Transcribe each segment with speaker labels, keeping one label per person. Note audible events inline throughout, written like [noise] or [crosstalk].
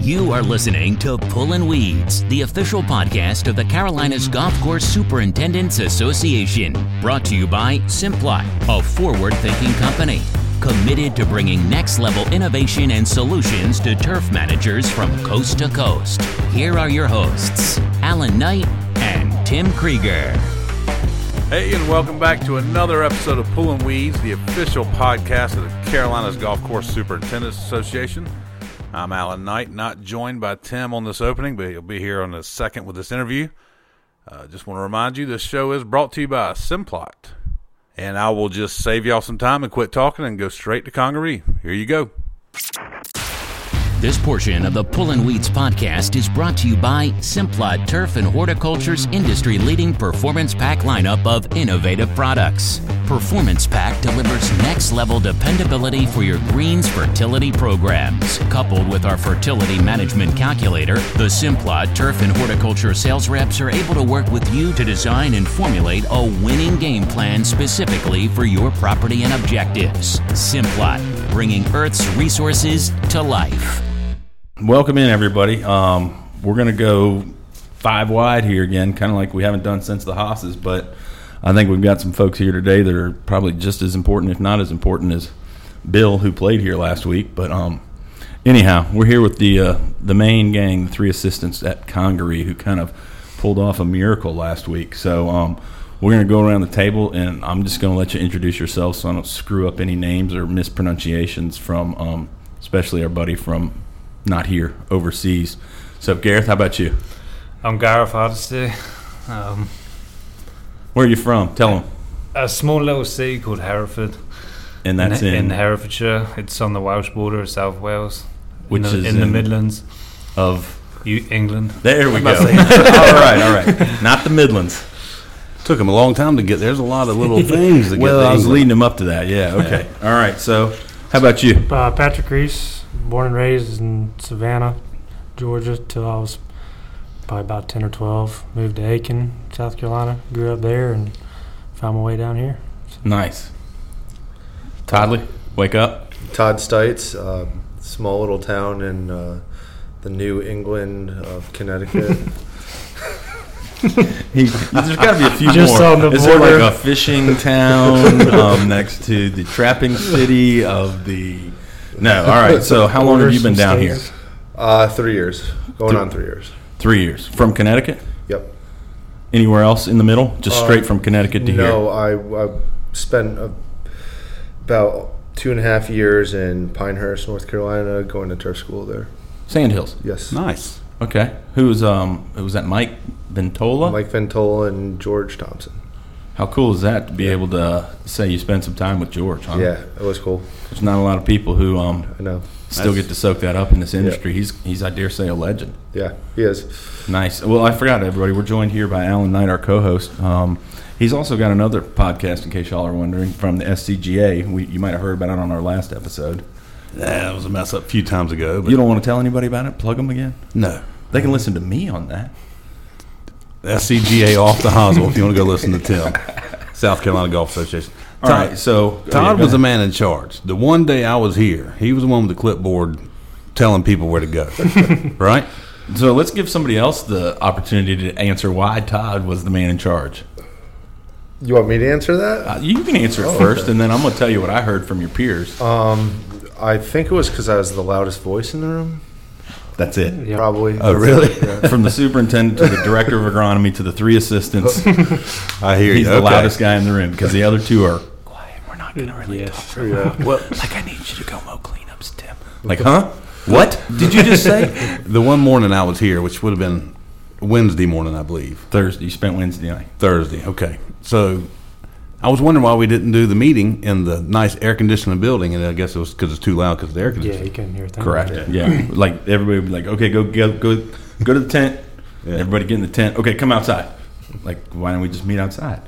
Speaker 1: You are listening to Pullin' Weeds, the official podcast of the Carolinas Golf Course Superintendents Association. Brought to you by Simply, a forward thinking company committed to bringing next level innovation and solutions to turf managers from coast to coast. Here are your hosts, Alan Knight and Tim Krieger.
Speaker 2: Hey, and welcome back to another episode of Pulling Weeds, the official podcast of the Carolinas Golf Course Superintendents Association. I'm Alan Knight, not joined by Tim on this opening, but he'll be here on the second with this interview. Uh, just want to remind you this show is brought to you by Simplot. And I will just save y'all some time and quit talking and go straight to Congaree. Here you go.
Speaker 1: This portion of the Pullin' Weeds podcast is brought to you by Simplot Turf and Horticulture's industry leading performance pack lineup of innovative products. Performance Pack delivers next level dependability for your greens fertility programs. Coupled with our fertility management calculator, the Simplot Turf and Horticulture sales reps are able to work with you to design and formulate a winning game plan specifically for your property and objectives. Simplot, bringing Earth's resources to life.
Speaker 3: Welcome in, everybody. Um, we're going to go five wide here again, kind of like we haven't done since the Hosses, but I think we've got some folks here today that are probably just as important, if not as important, as Bill, who played here last week. But um, anyhow, we're here with the uh, the main gang, the three assistants at Congaree, who kind of pulled off a miracle last week. So um, we're going to go around the table, and I'm just going to let you introduce yourselves so I don't screw up any names or mispronunciations from, um, especially our buddy from not here, overseas. So, Gareth, how about you?
Speaker 4: I'm Gareth Hardesty. Um,
Speaker 3: Where are you from? Tell them.
Speaker 4: a small little city called Hereford.
Speaker 3: And that's
Speaker 4: in,
Speaker 3: in,
Speaker 4: Herefordshire. It's on the Welsh border of South Wales.
Speaker 3: Which
Speaker 4: in the,
Speaker 3: is
Speaker 4: in the
Speaker 3: in-
Speaker 4: Midlands,
Speaker 3: of.
Speaker 4: U- England.
Speaker 3: There we go. all [laughs] right, all right. Not the Midlands.
Speaker 5: Took him a long time to get there. There's a lot of little things to get
Speaker 3: Well,
Speaker 5: to
Speaker 3: I was
Speaker 5: England.
Speaker 3: leading them up to that. Yeah. Okay. All right. So, how about you?
Speaker 6: Uh, Patrick Reese, born and raised in Savannah, Georgia, till I was probably about 10 or 12. Moved to Aiken, South Carolina. Grew up there and found my way down here.
Speaker 3: Nice. Toddler, wake up.
Speaker 7: Todd Stites, um, small little town in uh, the New England of
Speaker 5: [laughs]
Speaker 7: Connecticut.
Speaker 3: He, there's got to be a few
Speaker 6: Just
Speaker 3: more.
Speaker 6: on the
Speaker 3: Is there
Speaker 6: border.
Speaker 3: like a fishing town um, next to the trapping city of the? No. All right. So, how long have you been down here?
Speaker 7: uh, three years, going on three years.
Speaker 3: Three years from Connecticut.
Speaker 7: Yep.
Speaker 3: Anywhere else in the middle? Just
Speaker 7: Uh,
Speaker 3: straight from Connecticut to
Speaker 7: No, I, I spent a, about two and a half years in Pinehurst, North Carolina, going to turf school there.
Speaker 3: here. Sandhills.
Speaker 7: Yes.
Speaker 5: Nice.
Speaker 3: Okay. Who was um? Who was that? Mike Ventola.
Speaker 7: Mike Ventola and George Thompson.
Speaker 3: How cool is that to be able to say you spend some time with George?
Speaker 5: Oh.
Speaker 3: Huh?
Speaker 7: Yeah, it was cool.
Speaker 3: There's not a lot of people who um,
Speaker 7: I know.
Speaker 3: still get to soak that up in this industry. He's he's I dare say a legend.
Speaker 7: Yeah, he is.
Speaker 3: Nice. Well, I forgot everybody. We're joined here by Alan Knight, our co-host. Um, he's also got another podcast, in case y'all are wondering, from the SCGA. We, you might have heard about it on our last episode.
Speaker 5: That was a mess up a few times ago. But
Speaker 3: You don't want to tell anybody about it? Plug them again.
Speaker 5: no.
Speaker 3: They can listen to me on that.
Speaker 5: SCGA off the hosel if you want to go listen to Tim. South Carolina Golf Association.
Speaker 3: All
Speaker 5: Todd,
Speaker 3: right. So
Speaker 5: Todd
Speaker 3: Yeah, go
Speaker 5: was the
Speaker 3: ahead.
Speaker 5: man in charge. The one day I was here, he was the one with the clipboard telling people where
Speaker 6: [laughs]
Speaker 5: to go. right?
Speaker 3: So let's give somebody else the opportunity to answer why Todd was the man in charge.
Speaker 7: You want me to answer that?
Speaker 3: Uh, you can
Speaker 5: Oh,
Speaker 3: answer it first, and then I'm going to tell you what I heard from your peers.
Speaker 5: Uh,
Speaker 7: I think it was because I was the loudest voice in the room.
Speaker 3: That's it.
Speaker 6: Yep.
Speaker 7: Probably.
Speaker 5: Oh, really?
Speaker 3: From the superintendent to the director of agronomy to the three assistants,
Speaker 5: [laughs] I hear
Speaker 3: he's
Speaker 5: you.
Speaker 3: the
Speaker 5: Okay.
Speaker 3: loudest guy in the room because the other two are
Speaker 6: Yes.
Speaker 3: well, like I need you to go mow cleanups, Tim. Like, huh? What did you just [laughs] say?
Speaker 5: The one morning I was here, which would have been Wednesday morning, I believe.
Speaker 3: Thursday. You spent Wednesday night.
Speaker 5: Thursday. Okay. So I was wondering why we didn't do the meeting in the nice air conditioning building, and I guess it was because it's too loud because the air
Speaker 6: Yeah, you
Speaker 5: conditioning.
Speaker 6: couldn't hear a thing.
Speaker 3: Correct. Yeah. Like everybody would be like, okay, go go go go to the tent.
Speaker 5: Yeah.
Speaker 3: Everybody get in the tent. Okay, come outside. Like, why don't we just meet outside?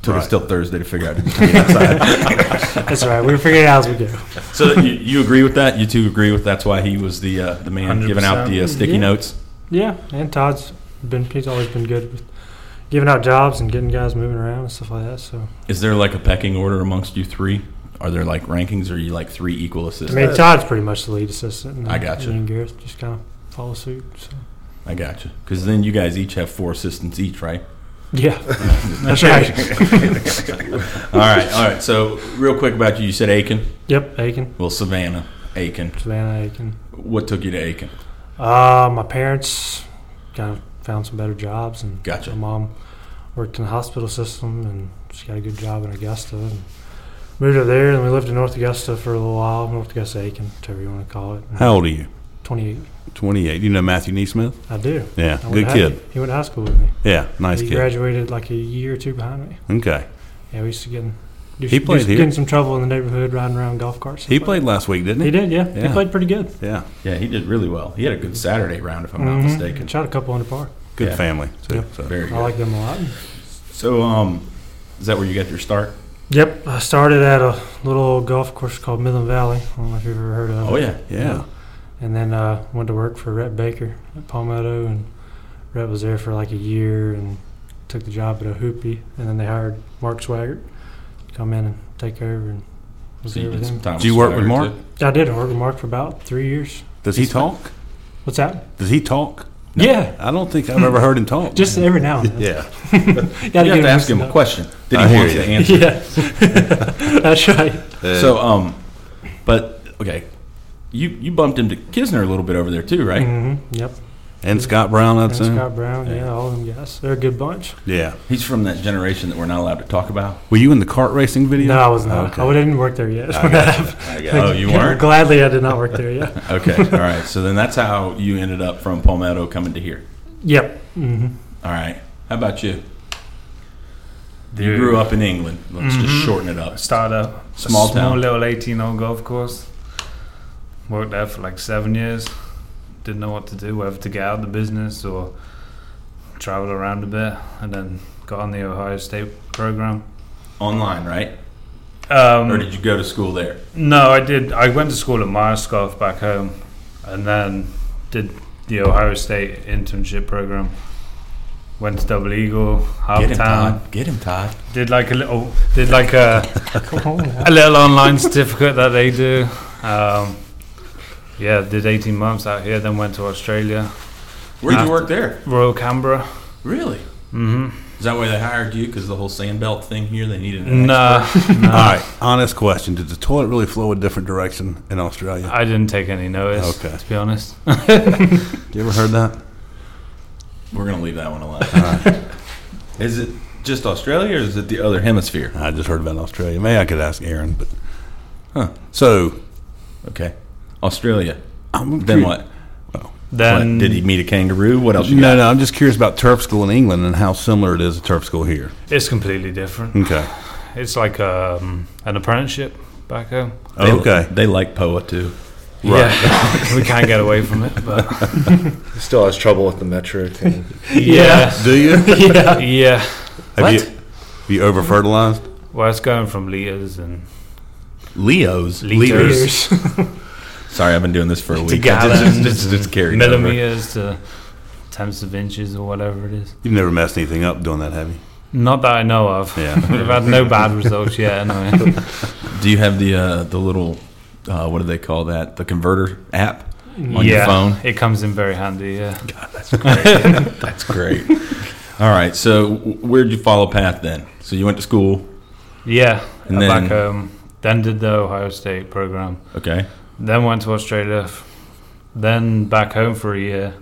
Speaker 3: Took us
Speaker 5: Right.
Speaker 3: till Thursday to figure out to
Speaker 5: [laughs]
Speaker 3: meet outside.
Speaker 6: That's all right. We figured it out as we go.
Speaker 3: so you, you agree with that? You two agree with that's why he was the uh, the man giving out the uh, sticky
Speaker 6: Yeah.
Speaker 3: notes.
Speaker 6: Yeah, and Todd's been, he's always been good with giving out jobs and getting guys moving around and stuff like that. So,
Speaker 3: Is there like a pecking order amongst you three? Are there like rankings? Or are you like three equal
Speaker 6: I
Speaker 3: assistants?
Speaker 6: mean, Todd's pretty much the lead assistant. and
Speaker 3: I gotcha.
Speaker 6: Me and Gareth just kind of follow suit. So.
Speaker 3: I got you. Because then you guys each have four assistants each, right?
Speaker 6: Yeah, [laughs] that's right.
Speaker 3: All right, all right. So, real quick about you. You said Aiken.
Speaker 6: Yep, Aiken,
Speaker 3: Well, Savannah, Aiken.
Speaker 6: Savannah Aiken.
Speaker 3: What took you to Aiken?
Speaker 6: Uh, my parents kind of found some better jobs, and
Speaker 3: Gotcha.
Speaker 6: my mom worked in the hospital system, and she got a good job in Augusta. And moved her there, and we lived in North Augusta for a little while, North Augusta Aiken, whatever you want to call it.
Speaker 5: How old are you?
Speaker 6: 28.
Speaker 5: 28. You know Matthew Neesmith?
Speaker 6: I do.
Speaker 5: Yeah,
Speaker 6: I went
Speaker 5: good
Speaker 6: to high-
Speaker 5: kid.
Speaker 6: He went to high school with me.
Speaker 5: Yeah, nice
Speaker 6: he
Speaker 5: kid.
Speaker 6: graduated like a year or two behind me.
Speaker 5: Okay.
Speaker 6: Yeah, we used to get in, do,
Speaker 5: He
Speaker 6: do-
Speaker 5: played
Speaker 6: get
Speaker 5: here.
Speaker 6: in some trouble in the neighborhood riding around golf carts. and
Speaker 5: He
Speaker 6: stuff.
Speaker 5: played last week, didn't he?
Speaker 6: He did, yeah.
Speaker 5: Yeah.
Speaker 6: He played pretty good.
Speaker 5: Yeah.
Speaker 3: Yeah, he did really well. He had a good Saturday round, if I'm not
Speaker 6: Mhm.
Speaker 3: mistaken.
Speaker 6: Shot a couple under par.
Speaker 5: Good
Speaker 3: Yeah.
Speaker 5: family. Too,
Speaker 6: Yep.
Speaker 5: so.
Speaker 3: Very
Speaker 6: I
Speaker 3: good.
Speaker 6: like them a lot.
Speaker 3: So, um, is that where you got your start?
Speaker 6: Yep, I started at a little old golf course called Midland Valley. I don't know if you've ever heard of
Speaker 3: Oh
Speaker 6: it.
Speaker 3: yeah,
Speaker 5: Yeah.
Speaker 6: And then uh, went to work for Rhett Baker at Palmetto, and Rhett was there for like a year and took the job at a hoopy. And then they hired Mark Swaggart to come in and take over. And was
Speaker 3: So
Speaker 6: there
Speaker 3: you did
Speaker 6: with
Speaker 3: some
Speaker 6: him.
Speaker 3: time.
Speaker 5: Do you
Speaker 3: with
Speaker 5: work with
Speaker 3: Swagger,
Speaker 5: Mark?
Speaker 3: too?
Speaker 6: I did work with Mark for about three years.
Speaker 5: Does he talk?
Speaker 6: What's that?
Speaker 5: Does he talk?
Speaker 6: Yeah,
Speaker 5: I don't think I've ever heard him talk.
Speaker 6: just every now and then.
Speaker 5: yeah.
Speaker 6: [laughs] You gotta
Speaker 3: You have
Speaker 6: get
Speaker 3: to ask him a
Speaker 6: mixed
Speaker 3: question. Did he
Speaker 5: I hear
Speaker 3: want
Speaker 5: you.
Speaker 3: the
Speaker 6: up.
Speaker 3: answer?
Speaker 6: Yeah, [laughs] that's right.
Speaker 3: So, um, but okay, you you bumped into Kisner a little bit over there too, right?
Speaker 6: hmm Yep.
Speaker 5: And Scott Brown, I'd
Speaker 6: And
Speaker 5: say.
Speaker 6: Scott Brown, yeah. all them guys. They're a good bunch.
Speaker 5: Yeah.
Speaker 3: He's from that generation that we're not allowed to talk about.
Speaker 5: Were you in the kart racing video?
Speaker 6: No, I was not.
Speaker 5: Okay.
Speaker 6: I didn't work there yet. when that happened. [laughs]
Speaker 3: Oh, you weren't.
Speaker 6: Gladly, I did not work there
Speaker 3: [laughs]
Speaker 6: yet.
Speaker 3: Okay, all right. So then that's how you ended up from Palmetto coming to here.
Speaker 6: yep. hmm
Speaker 3: All right. How about you? You grew up in England. Let's just shorten it up.
Speaker 4: Started up
Speaker 3: Small
Speaker 4: a small
Speaker 3: town.
Speaker 4: little 18 hole golf course. Worked there for like seven years. Didn't know what to do, whether to get out of the business or travel around a bit, and then got on the Ohio State program.
Speaker 3: Online, right?
Speaker 4: Um,
Speaker 3: Or did you go to school there?
Speaker 4: No, I did. I went to school at Myerscough back home, and then did the Ohio State internship program. Went to Double Eagle,
Speaker 3: Get him,
Speaker 4: Town.
Speaker 3: Todd. Get him, Todd.
Speaker 4: Did like a little, did like a,
Speaker 6: [laughs] Come on now.
Speaker 4: a little online certificate that they do. Um, yeah, did 18 months out here, then went to Australia,
Speaker 3: Where did you
Speaker 4: After-
Speaker 3: work there?
Speaker 4: Royal Canberra.
Speaker 3: Really?
Speaker 4: Mm-hmm.
Speaker 3: Is that why they hired you? Because the whole Sandbelt thing here, they needed an
Speaker 4: Nah,
Speaker 5: All right. Honest question. Did the toilet really flow a different direction in Australia?
Speaker 4: I didn't take any notice.
Speaker 5: Okay.
Speaker 4: To be honest, [laughs]
Speaker 5: You ever heard that?
Speaker 3: We're gonna leave that one [laughs] alone. Uh, Is it just Australia or is it the other hemisphere?
Speaker 5: I just heard about Australia. Maybe I could ask Aaron, but huh. So
Speaker 3: Okay, Australia.
Speaker 5: I'm
Speaker 3: Then
Speaker 5: curi-
Speaker 3: what?
Speaker 4: then
Speaker 3: What? Did he meet a kangaroo? What else? You
Speaker 5: No,
Speaker 3: got?
Speaker 5: no. I'm just curious about turf school in England and how similar it is to turf school here.
Speaker 4: it's completely different.
Speaker 5: Okay.
Speaker 4: It's like um, an apprenticeship back home.
Speaker 3: They,
Speaker 5: okay.
Speaker 3: They like Poa too.
Speaker 4: Yeah, [laughs] we can't get away from it.
Speaker 3: [laughs]
Speaker 4: But
Speaker 7: He still has trouble with the metric. And
Speaker 4: yeah,
Speaker 5: Do you? Have
Speaker 4: yeah,
Speaker 5: you? Have you over fertilized?
Speaker 4: Well, it's going from liters and
Speaker 3: Leo's.
Speaker 4: liters,
Speaker 3: Sorry, I've been doing this for a week.
Speaker 4: gallons,
Speaker 3: It's just, it's carried over.
Speaker 4: millimeters to tenths of inches or whatever it is.
Speaker 5: You've never messed anything up doing that, have you?
Speaker 4: Not that I know of.
Speaker 5: Yeah.
Speaker 4: [laughs] We've had no bad results yet. Anyway.
Speaker 3: Do you have the uh, the little uh, what do they call that? The converter app [laughs] on
Speaker 4: yeah,
Speaker 3: your
Speaker 4: [laughs]
Speaker 3: phone.
Speaker 4: it comes in very handy. Yeah,
Speaker 3: That's great. [laughs] All right. So w- where'd you follow path then? So you went to school.
Speaker 4: yeah.
Speaker 3: And
Speaker 4: uh,
Speaker 3: then-
Speaker 4: back home, then did the Ohio State program,
Speaker 3: Okay.
Speaker 4: then went to Australia, f- then back home for a year.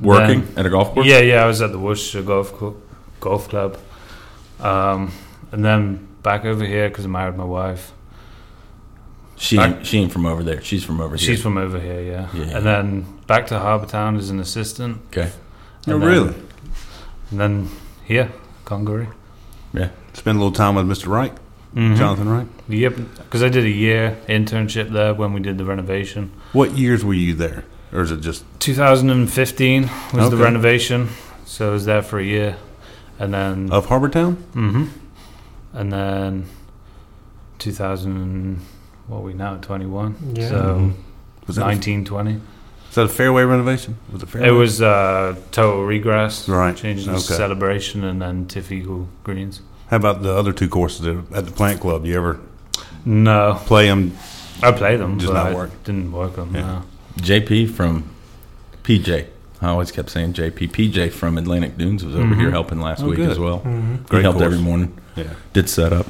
Speaker 3: Working
Speaker 4: Then-
Speaker 3: at a golf course.
Speaker 4: Yeah, yeah, I was at the Worcester Golf Cl- Golf Club, um, and then back over here because I married my wife.
Speaker 3: She
Speaker 4: Back-
Speaker 3: she ain't from over there. She's from over here.
Speaker 4: She's from over here, yeah.
Speaker 3: Yeah.
Speaker 4: And then back to Harbour Town as an assistant.
Speaker 3: okay.
Speaker 4: and
Speaker 5: Oh,
Speaker 4: then- And then here, Congaree.
Speaker 5: Spend a little time with Mr. Wright,
Speaker 3: Mm-hmm.
Speaker 4: Mhm.
Speaker 5: Jonathan Wright.
Speaker 4: Yep, because I did a year internship there when we did the renovation.
Speaker 5: What years were you there, or is it just
Speaker 4: 2015 was the
Speaker 5: Okay.
Speaker 4: renovation, so I was there for a year, and then
Speaker 5: of Harbour Town?
Speaker 4: hmm And then 2000, what are we now, 21?
Speaker 6: Yeah.
Speaker 4: So
Speaker 5: Mm-hmm. Was that,
Speaker 4: 19, 20.
Speaker 5: Is that a fairway renovation? Was it fairway?
Speaker 4: It was uh, total regress.
Speaker 5: Right,
Speaker 4: Changing
Speaker 5: okay.
Speaker 4: to celebration and then Tiff Eagle greens.
Speaker 5: How about the other two courses at at the Plant Club? You ever
Speaker 4: No,
Speaker 5: play them?
Speaker 4: I play them.
Speaker 5: Just
Speaker 4: but
Speaker 5: not
Speaker 4: I
Speaker 5: work.
Speaker 4: Didn't work them.
Speaker 5: Yeah.
Speaker 4: No.
Speaker 3: JP from PJ. I always kept saying JP. PJ from Atlantic Dunes was over here helping last
Speaker 5: Oh,
Speaker 3: week
Speaker 5: good.
Speaker 3: as well.
Speaker 5: Great
Speaker 3: he helped
Speaker 5: course.
Speaker 3: every morning.
Speaker 5: Yeah.
Speaker 3: Did set up.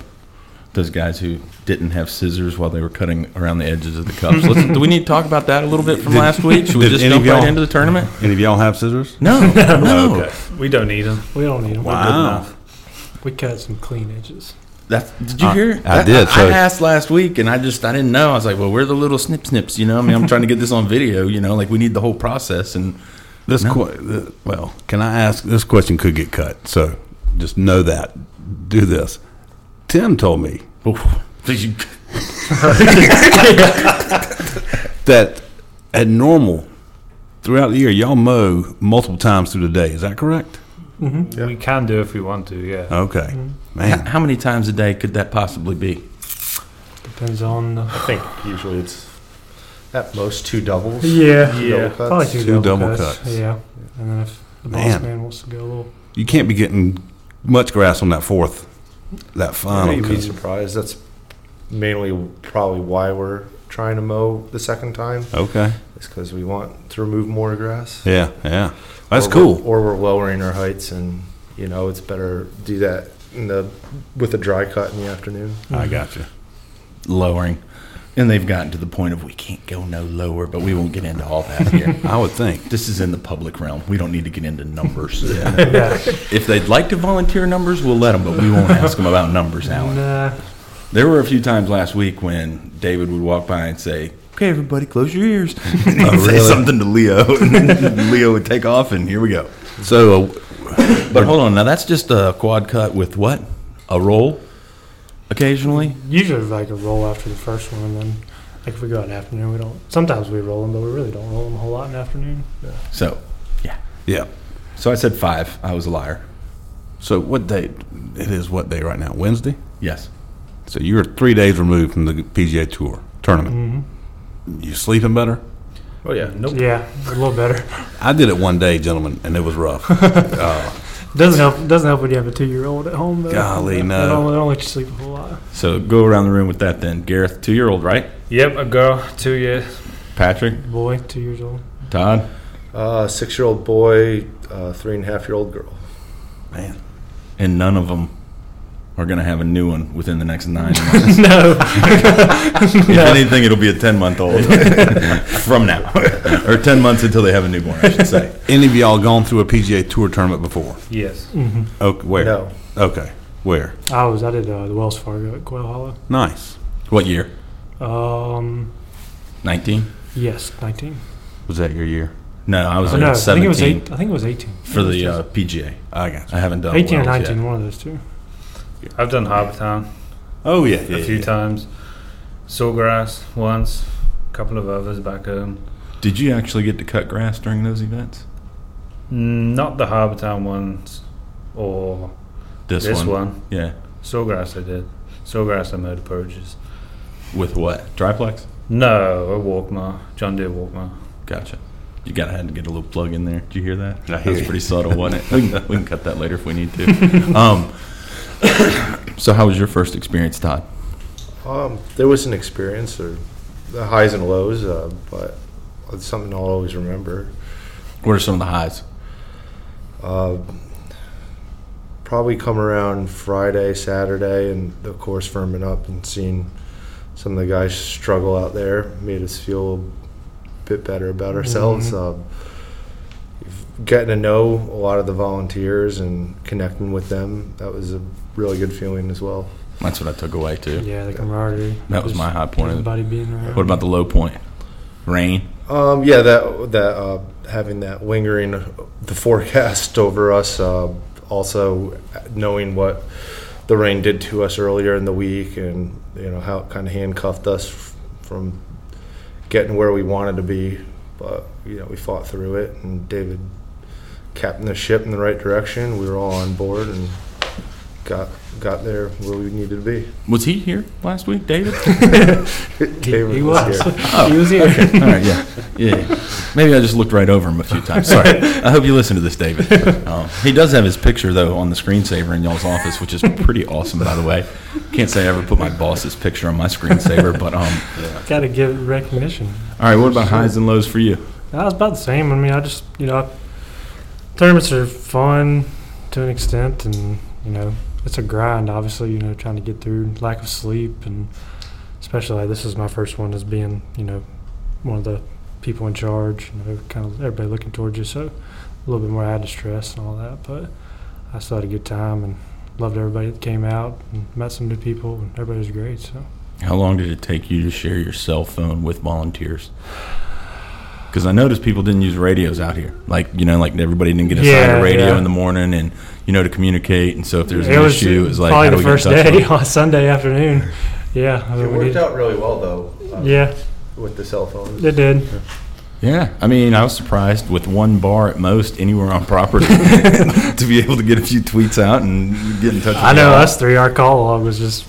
Speaker 3: Those guys who didn't have scissors while they were cutting around the edges of the
Speaker 5: [laughs]
Speaker 3: cups. Let's, do we need to talk about that a little bit from
Speaker 5: Did-
Speaker 3: last week? Should we
Speaker 5: did
Speaker 3: just
Speaker 5: any of
Speaker 3: jump right
Speaker 5: y'all-
Speaker 3: into the
Speaker 5: [laughs]
Speaker 3: tournament?
Speaker 5: Any of y'all have scissors?
Speaker 3: No, no.
Speaker 5: Okay.
Speaker 4: We don't need them.
Speaker 6: [laughs] We don't need them.
Speaker 5: Wow.
Speaker 6: We cut some clean edges.
Speaker 3: That's, did you
Speaker 5: I-
Speaker 3: hear?
Speaker 5: Uh, I
Speaker 3: That-
Speaker 5: did,
Speaker 3: I,
Speaker 5: so-
Speaker 3: I asked last week, and I just I didn't know. I was like, "Well, we're the little snip snips," you know. I mean, I'm trying to get this on video, you know. Like, we need the whole process, and
Speaker 5: This
Speaker 3: No.
Speaker 5: que- th- well, can I ask? This question could get cut, so just know that. Do this. Tim told me that at normal, throughout the year, y'all mow multiple times through the day. Is that correct?
Speaker 7: Yeah.
Speaker 4: We can do if we want to, yeah.
Speaker 5: Okay,
Speaker 3: h-
Speaker 5: man.
Speaker 3: how many times a day could that possibly be?
Speaker 6: Depends on the.
Speaker 7: I think usually it's at most two
Speaker 6: [laughs]
Speaker 7: doubles.
Speaker 6: Yeah.
Speaker 7: Two
Speaker 4: Yeah.
Speaker 7: double cuts.
Speaker 6: Probably two, double,
Speaker 5: Two double
Speaker 6: cuts.
Speaker 5: cuts.
Speaker 6: Yeah. And then if the boss
Speaker 5: Man.
Speaker 6: man, wants to go a little.
Speaker 5: You can't be getting much grass on that fourth, that final.
Speaker 7: You'd be
Speaker 5: cut.
Speaker 7: surprised. That's mainly probably why we're trying to mow the second time.
Speaker 5: Okay.
Speaker 7: It's because we want to remove more grass.
Speaker 5: Yeah, yeah. That's
Speaker 7: Or we're-
Speaker 5: cool.
Speaker 7: Or we're lowering our heights, and you know it's better do that in the with a dry cut in the afternoon.
Speaker 6: Mm-hmm.
Speaker 5: I got you.
Speaker 3: Lowering, and they've gotten to the point of we can't go no lower, but we won't get into all that here.
Speaker 5: I would think.
Speaker 3: this is in the public realm. We don't need to get into numbers.
Speaker 6: Yeah.
Speaker 3: If they'd like to volunteer numbers, we'll let them, but we won't ask them about numbers, Alan.
Speaker 6: nah.
Speaker 3: There were a few times last week when David would walk by and say, "Okay, everybody, close your
Speaker 5: [laughs]
Speaker 3: ears,"
Speaker 5: Oh,
Speaker 3: and he'd say something to Leo, [laughs] and Leo would take off, and here we go.
Speaker 5: So, uh,
Speaker 3: But hold on, now that's just a quad cut with what? A roll, occasionally.
Speaker 6: Usually like a roll after the first one, and then like if we go out in the afternoon, we don't. Sometimes we roll them, but we really don't roll them a whole lot in the afternoon.
Speaker 3: So, yeah.
Speaker 5: yeah.
Speaker 3: So I said five. I was a liar.
Speaker 5: So what day? It is what day right now? Wednesday.
Speaker 3: Yes.
Speaker 5: So you're three days removed from the PGA Tour tournament. You sleeping better?
Speaker 7: Oh yeah, nope.
Speaker 6: Yeah, a little better.
Speaker 5: I did it one day, gentlemen, and it was rough. oh,
Speaker 6: Doesn't help. Doesn't help when you have a two-year-old at home. Though.
Speaker 5: Golly,
Speaker 6: They
Speaker 5: no.
Speaker 6: don't- They don't let you sleep a whole lot.
Speaker 3: So go around the room with that then, Gareth, two year old, right?
Speaker 4: Yep, a girl, two years.
Speaker 3: Patrick,
Speaker 6: Boy, two years old.
Speaker 3: Todd.
Speaker 7: Uh, six year old boy, uh, three and a half year old girl.
Speaker 5: man,
Speaker 3: and none of them are going to have a new one within the next
Speaker 6: [laughs]
Speaker 3: nine months. no. if anything, it'll be a 10 month
Speaker 6: [laughs]
Speaker 3: old from now, [laughs] or 10 months until they have a newborn, I should
Speaker 5: [laughs]
Speaker 3: say.
Speaker 5: any of y'all gone through a PGA Tour tournament before?
Speaker 4: Yes.
Speaker 5: Okay, Oh, where?
Speaker 7: No,
Speaker 5: Okay, where?
Speaker 6: I was. I did uh, the Wells Fargo at Quail Hollow.
Speaker 5: Nice.
Speaker 3: What year?
Speaker 6: Um,
Speaker 3: 19?
Speaker 6: yes, nineteen.
Speaker 5: Was that your year?
Speaker 3: No, I was
Speaker 6: Oh, no,
Speaker 3: at
Speaker 6: I think
Speaker 3: 17
Speaker 6: it was eight. I think it was eighteen.
Speaker 3: for
Speaker 6: It was
Speaker 3: the
Speaker 6: just
Speaker 3: uh, PGA.
Speaker 5: I got
Speaker 3: I
Speaker 5: you.
Speaker 3: haven't done
Speaker 6: eighteen or
Speaker 3: Wells
Speaker 6: nineteen,
Speaker 3: Yet.
Speaker 6: one of those two.
Speaker 4: I've done Harbortown
Speaker 5: Oh yeah, yeah,
Speaker 4: a few
Speaker 5: yeah.
Speaker 4: times, Sawgrass once, a couple of others back home.
Speaker 3: Did you actually get to cut grass during those events?
Speaker 4: Mm, Not the Harbortown ones or
Speaker 3: This,
Speaker 4: this
Speaker 3: one.
Speaker 4: one.
Speaker 3: Yeah.
Speaker 4: Sawgrass I did. Sawgrass I mowed approaches.
Speaker 3: With what? Triplex?
Speaker 4: No, a Walkmar, John Deere Walkmar.
Speaker 3: Gotcha. You got to had to get a little plug in there. Did you hear that?
Speaker 5: I
Speaker 3: That
Speaker 5: hear
Speaker 3: was
Speaker 5: you.
Speaker 3: pretty subtle, wasn't it? [laughs] We can, we can cut that later if we need [laughs] to. Um, [coughs] so, how was your first experience, Todd?
Speaker 7: um, there was an experience, or the highs and lows, uh, but it's something I'll always remember.
Speaker 3: What are some of the highs?
Speaker 7: Uh, probably come around Friday, Saturday, and the course firming up and seeing some of the guys struggle out there made us feel a bit better about ourselves. Um, getting to know a lot of the volunteers and connecting with them, that was a really good feeling as well.
Speaker 3: That's what I took away too.
Speaker 6: Yeah, the camaraderie.
Speaker 3: That was
Speaker 6: Just
Speaker 3: my high point.
Speaker 6: Everybody being around.
Speaker 3: What about the low point? Rain.
Speaker 7: Um, yeah, that that uh, having that lingering the forecast [laughs] over us, uh, also knowing what the rain did to us earlier in the week, and you know how it kind of handcuffed us f- from getting where we wanted to be. But you know we fought through it, and David captained the ship in the right direction. We were all on board and got got there where we needed to be.
Speaker 3: Was he here last week, [laughs] David?
Speaker 7: David
Speaker 6: He
Speaker 7: was
Speaker 6: was. [laughs]
Speaker 7: here.
Speaker 6: he
Speaker 3: Oh. [laughs]
Speaker 6: was here.
Speaker 3: All right, yeah, yeah. yeah. Maybe I just looked right over him a few times. Sorry. [laughs] I hope you listen to this, David. Um, he does have his picture though on the screensaver in y'all's office, which is pretty awesome, by the way. Can't say I ever put my boss's picture on my screensaver, but um.
Speaker 6: Got to give recognition.
Speaker 3: All right, what about highs and lows for you?
Speaker 6: I was about the same. I mean, I just you know, tournaments are fun to an extent, and you know, it's a grind. Obviously, you know, trying to get through lack of sleep, and especially like this is my first one as being you know one of the people in charge. You know, kind of everybody looking towards you, so a little bit more added stress and all that. But I still had a good time and loved everybody that came out and met some new people, and everybody was great. So.
Speaker 3: How long did it take you to share your cell phone with volunteers? Because I noticed people didn't use radios out here. Like you know, like everybody didn't get assigned
Speaker 6: Yeah,
Speaker 3: a radio
Speaker 6: yeah.
Speaker 3: in the morning, and you know to communicate. And so if there's
Speaker 6: it
Speaker 3: an
Speaker 6: was
Speaker 3: issue, it was like
Speaker 6: probably
Speaker 3: how do
Speaker 6: the
Speaker 3: we get in
Speaker 6: first
Speaker 3: touch
Speaker 6: day
Speaker 3: with-
Speaker 6: [laughs] on Sunday
Speaker 3: [laughs]
Speaker 6: afternoon. Yeah, I mean,
Speaker 7: It
Speaker 6: we
Speaker 7: worked
Speaker 6: did-
Speaker 7: out really well though. uh,
Speaker 6: Yeah,
Speaker 7: With the cell phones.
Speaker 6: it did.
Speaker 3: Yeah, I mean, I was surprised with one bar at most anywhere on property [laughs] to be able to get a few tweets out and get in touch. with
Speaker 6: I know
Speaker 3: y'all.
Speaker 6: us three. Our call log was just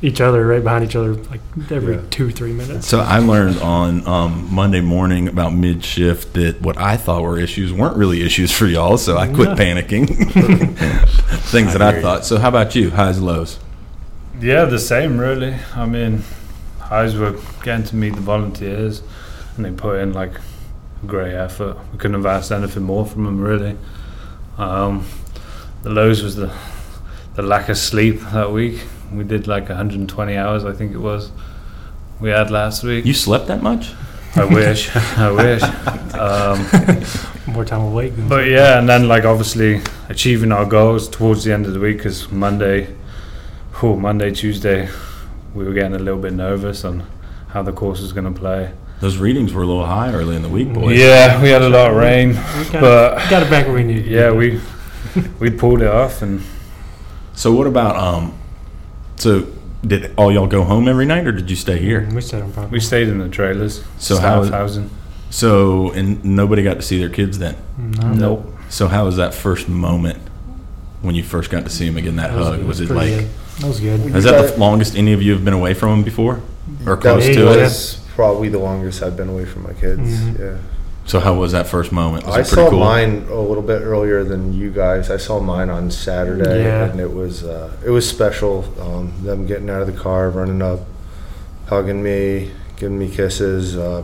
Speaker 6: each other, right behind each other, like every
Speaker 7: Yeah.
Speaker 6: two three minutes.
Speaker 3: So I learned on um, Monday morning about mid shift that what I thought were issues weren't really issues for y'all. So I quit
Speaker 6: No.
Speaker 3: panicking. Things that I thought. So how about you? Highs, lows.
Speaker 4: Yeah, the same really. I mean, highs were getting to meet the volunteers, and they put in like a great effort. We couldn't have asked anything more from them really. Um, the lows was the the lack of sleep that week. We did like 120 hours, I think it was. We had last week.
Speaker 3: You slept that much? [laughs]
Speaker 4: I wish. [laughs] I wish. Um,
Speaker 6: More time awake. Than
Speaker 4: But yeah, and then like obviously achieving our goals towards the end of the week because Monday, oh Monday Tuesday, we were getting a little bit nervous on how the course was going to play.
Speaker 3: Those readings were a little high early in the week, boys.
Speaker 4: Yeah, we had a lot of rain,
Speaker 6: we got,
Speaker 4: but
Speaker 6: it, got it back where we needed.
Speaker 4: yeah, we we pulled it off and
Speaker 3: So what about um? So did all y'all go home every night, or did you stay here?
Speaker 6: We stayed on property.
Speaker 4: we stayed in the trailers.
Speaker 3: So how-
Speaker 4: staff housing?
Speaker 3: So and nobody got to see their kids then.
Speaker 6: No.
Speaker 4: Nope.
Speaker 3: So how was that first moment when you first got to see them again? That
Speaker 6: That was,
Speaker 3: hug was it
Speaker 6: pretty
Speaker 3: like?
Speaker 6: good. That was good.
Speaker 3: Is that the longest any of you have been away from them before, or
Speaker 7: That
Speaker 3: close
Speaker 7: was,
Speaker 6: Yeah,
Speaker 3: to it?
Speaker 6: yeah.
Speaker 7: probably the longest I've been away from my kids.
Speaker 6: Mhm.
Speaker 7: Yeah.
Speaker 3: So how was that first moment? Was
Speaker 7: I
Speaker 3: it pretty
Speaker 7: saw
Speaker 3: cool?
Speaker 7: mine a little bit earlier than you guys. I saw mine on Saturday,
Speaker 6: Yeah.
Speaker 7: and it was uh, it was special. Um, them getting out of the car, running up, hugging me, giving me kisses. Uh,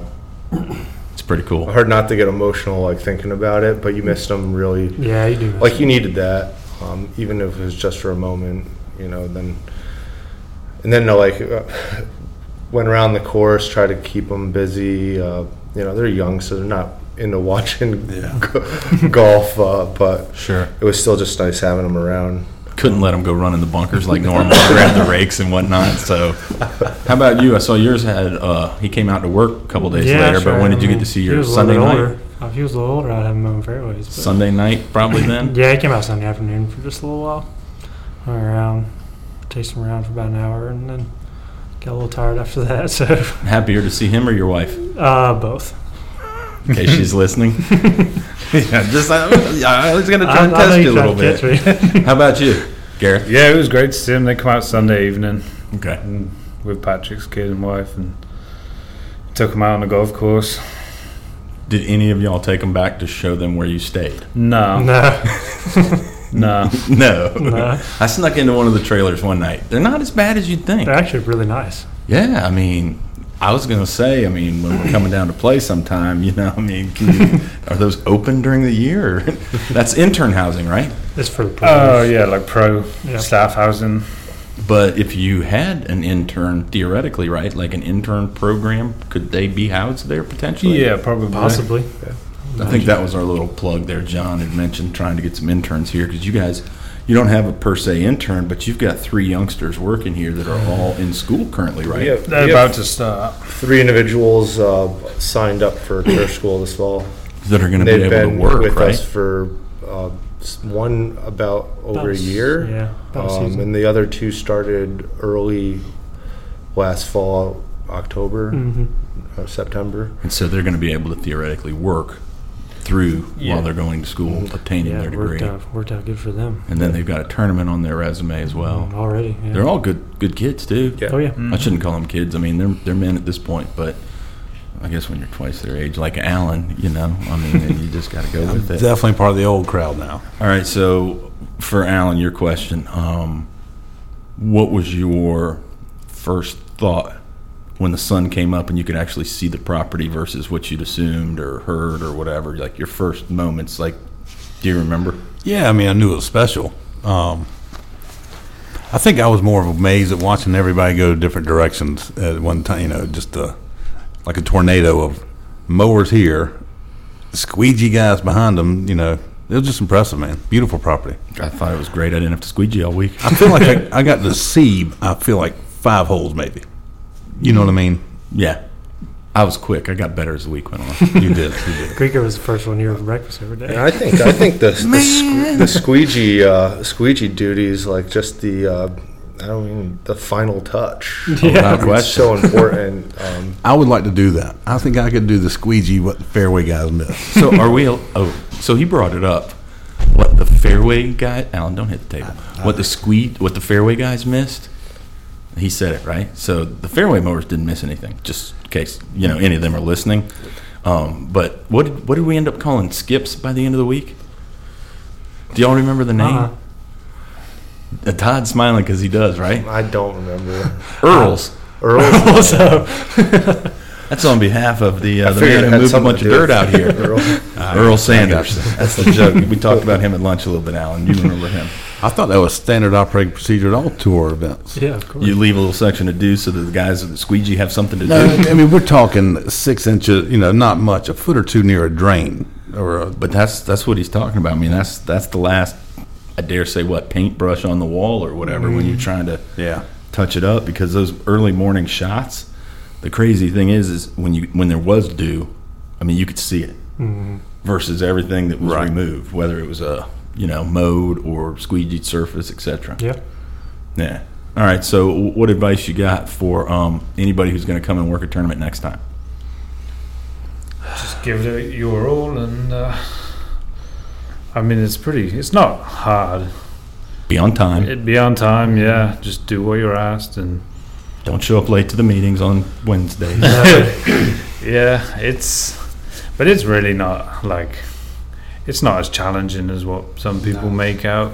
Speaker 3: It's pretty cool.
Speaker 7: hard not to get emotional, like thinking about it, but you missed them really.
Speaker 6: Yeah, you do.
Speaker 7: Like you needed that, um, even if it was just for a moment, you know. Then and then to like uh, went around the course, try to keep them busy. Uh, you know, they're young, so they're not into [laughs] watching golf, uh, but
Speaker 3: Sure.
Speaker 7: it was still just nice having them around.
Speaker 3: Couldn't let them go run in the bunkers like normal, [laughs] grab the rakes and whatnot.
Speaker 7: [laughs]
Speaker 3: So, how about you? I saw yours had. Uh, he came out to work a couple days
Speaker 6: yeah,
Speaker 3: later,
Speaker 6: sure.
Speaker 3: but when
Speaker 6: I
Speaker 3: did you
Speaker 6: mean,
Speaker 3: get to see
Speaker 6: he
Speaker 3: your
Speaker 6: was a
Speaker 3: Sunday
Speaker 6: little
Speaker 3: night?
Speaker 6: bit older. If he was a little older, I'd have him on fairways. but-
Speaker 3: Sunday night, probably then.
Speaker 6: [laughs] Yeah, I came out Sunday afternoon for just a little while. Hung around, chased him around for about an hour, and then got a little tired after [laughs] that. So,
Speaker 3: Happier to see him or your wife?
Speaker 6: uh, both.
Speaker 3: In
Speaker 6: [laughs]
Speaker 3: case she's listening. yeah, just I, I was gonna try
Speaker 6: I- I
Speaker 3: and
Speaker 6: know
Speaker 3: test
Speaker 6: you
Speaker 3: you a
Speaker 6: tried
Speaker 3: little
Speaker 6: to
Speaker 3: bit.
Speaker 6: catch me. [laughs]
Speaker 3: How about you, Gareth?
Speaker 4: Yeah, it was great to see them. They come out Sunday evening
Speaker 3: Okay.
Speaker 4: and with Patrick's kid and wife and took them out on the golf course.
Speaker 3: Did any of y'all take him back to show them where you stayed? [laughs]
Speaker 4: No, no.
Speaker 6: [laughs] no,
Speaker 3: No.
Speaker 6: No.
Speaker 3: I snuck into one of the trailers one night. They're not as bad as you'd think.
Speaker 6: they're actually really nice.
Speaker 3: Yeah, I mean, I was gonna say, I mean, when we're coming down to play sometime, you know, I mean, can you, are those open during the year? [laughs] That's intern housing, right?
Speaker 6: It's for the
Speaker 4: Oh
Speaker 6: pros.
Speaker 4: yeah, like pro
Speaker 6: Yeah.
Speaker 4: staff housing.
Speaker 3: But if you had an intern, theoretically, right, like an intern program, could they be housed there potentially?
Speaker 4: Yeah, probably.
Speaker 6: Possibly.
Speaker 3: I think that was our little plug there. John had mentioned trying to get some interns here because you guys, you don't have a per se intern, but you've got three youngsters working here that are all in school currently, right?
Speaker 7: We have,
Speaker 4: They're
Speaker 7: we
Speaker 4: about
Speaker 7: have
Speaker 4: to start.
Speaker 7: three individuals uh, signed up for church school this fall.
Speaker 3: That are going to be
Speaker 7: They've
Speaker 3: able to
Speaker 7: been
Speaker 3: work,
Speaker 7: with
Speaker 3: right?
Speaker 7: us for uh, s- one about
Speaker 6: About
Speaker 7: over a
Speaker 6: s-
Speaker 7: year.
Speaker 6: Yeah, about a
Speaker 7: Um,
Speaker 6: season.
Speaker 7: and the other two started early last fall, October,
Speaker 6: Mhm.
Speaker 7: uh, September.
Speaker 3: And so they're going to be able to theoretically work through
Speaker 4: Yeah.
Speaker 3: while they're going to school,
Speaker 7: Mm-hmm.
Speaker 3: obtaining
Speaker 6: Yeah,
Speaker 3: their
Speaker 6: it
Speaker 3: degree,
Speaker 6: worked out, worked out good for them Um,
Speaker 3: and then they've got a tournament on their resume as well.
Speaker 6: already. Yeah.
Speaker 3: They're all good, good kids too.
Speaker 7: Yeah.
Speaker 6: Mm-hmm. Oh yeah.
Speaker 3: I shouldn't call them kids. I mean, they're they're men at this point, but I guess when you're twice their age, like Alan, you know, I mean, then you just got to go with it.
Speaker 5: Definitely part of the old crowd now.
Speaker 3: All right, so for Alan, your question, um, what was your first thought when the sun came up and you could actually see the property versus what you'd assumed or heard or whatever. Like your first moments, like do you remember?
Speaker 5: Yeah, I mean, I knew it was special. Um, I think I was more amazed at watching everybody go different directions at one time. You know, just uh like a tornado of mowers here, squeegee guys behind them. You know, it was just impressive, man. Beautiful property.
Speaker 3: I thought it was great. I didn't have to squeegee all week.
Speaker 5: I feel like I, I got to see. I feel like five holes, maybe. You know what I mean?
Speaker 3: Yeah, I was quick. I got better as the week went on.
Speaker 5: You did. You did.
Speaker 6: Creeker was the first one here with breakfast every day.
Speaker 7: And I think I think the the, sque- the squeegee uh, squeegee duties like just the uh, I don't mean the final touch.
Speaker 3: Without
Speaker 7: It's
Speaker 3: question.
Speaker 7: Oh, [laughs] so important. Um,
Speaker 5: I would like to do that. I think I could do the squeegee what the fairway guys miss. [laughs]
Speaker 3: So are we? Oh, so he brought it up. What the fairway guy? Alan, don't hit the table. What the squeed? What the fairway guys missed? He said it right. So the fairway mowers didn't miss anything. Just in case you know any of them are listening. Um, but what did, what did we end up calling skips by the end of the week? Do y'all remember the name?
Speaker 6: Uh-uh.
Speaker 7: Uh-huh.
Speaker 3: Uh, Todd's smiling because he does right.
Speaker 7: I don't remember.
Speaker 3: Earls.
Speaker 7: Earl
Speaker 3: Also, that's on behalf of the uh, the
Speaker 7: figured
Speaker 3: man
Speaker 7: it
Speaker 3: who
Speaker 7: had
Speaker 3: moved a
Speaker 7: something
Speaker 3: bunch
Speaker 7: to
Speaker 3: of
Speaker 7: do
Speaker 3: dirt
Speaker 7: with
Speaker 3: out here.
Speaker 7: [laughs] Earl.
Speaker 3: Earl Sanders. That's the joke. We talked about him at lunch a little bit, Alan. You remember him.
Speaker 5: I thought that was standard operating procedure at all tour events.
Speaker 6: Yeah, of course.
Speaker 3: You leave a little section to do so that the guys with the squeegee have something to
Speaker 5: No,
Speaker 3: do.
Speaker 5: I mean we're talking six inches. You know, not much. A foot or two near a drain, or a,
Speaker 3: But that's that's what he's talking about. I mean, that's that's the last, I dare say, what paintbrush on the wall or whatever when you're trying to
Speaker 5: Mm. yeah.
Speaker 3: touch it up because those early morning shots. The crazy thing is, is when you when there was dew, I mean, you could see it versus everything that was
Speaker 5: Mm-hmm. Right.
Speaker 3: removed, whether it was a you know mowed or squeegeed surface, etc.
Speaker 6: Yeah.
Speaker 3: Yeah. All right. So, w- what advice you got for um, anybody who's going to come and work a tournament next time?
Speaker 4: just give it your all and uh, I mean it's pretty it's not hard
Speaker 3: Be on time.
Speaker 4: it'd be on time yeah just do what you're asked and
Speaker 3: Don't show up late to the meetings on Wednesdays.
Speaker 4: yeah it's but it's really not like it's not as challenging as what some people make out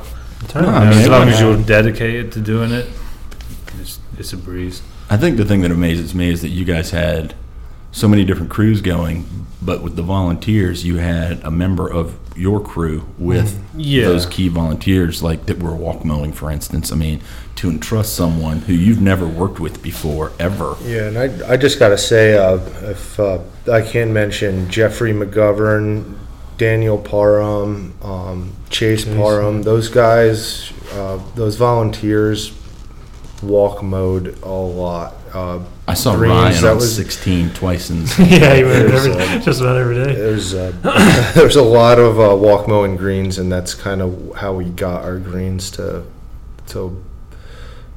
Speaker 3: I mean,
Speaker 4: as long
Speaker 3: everyone-
Speaker 4: as you're dedicated to doing it it's, it's a breeze
Speaker 3: I think the thing that amazes me is that you guys had so many different crews going, but with the volunteers, you had a member of your crew with
Speaker 4: Yeah.
Speaker 3: those key volunteers, like that were walk mowing, for instance. I mean, to entrust someone who you've never worked with before, ever.
Speaker 7: Yeah, and I, I just got to say, uh, if uh, I can mention Jeffrey McGovern, Daniel Parham, um, Chase Parham, those guys, uh, those volunteers walk mode a lot. Uh,
Speaker 3: I saw
Speaker 7: Dreams,
Speaker 3: Ryan
Speaker 7: that
Speaker 3: on
Speaker 7: was-
Speaker 3: 16 twice in
Speaker 6: [laughs] Yeah, you went
Speaker 7: There's,
Speaker 6: every, just about every day.
Speaker 7: there's a, [coughs] there's a lot of uh, walk mowing greens, and that's kind of how we got our greens to to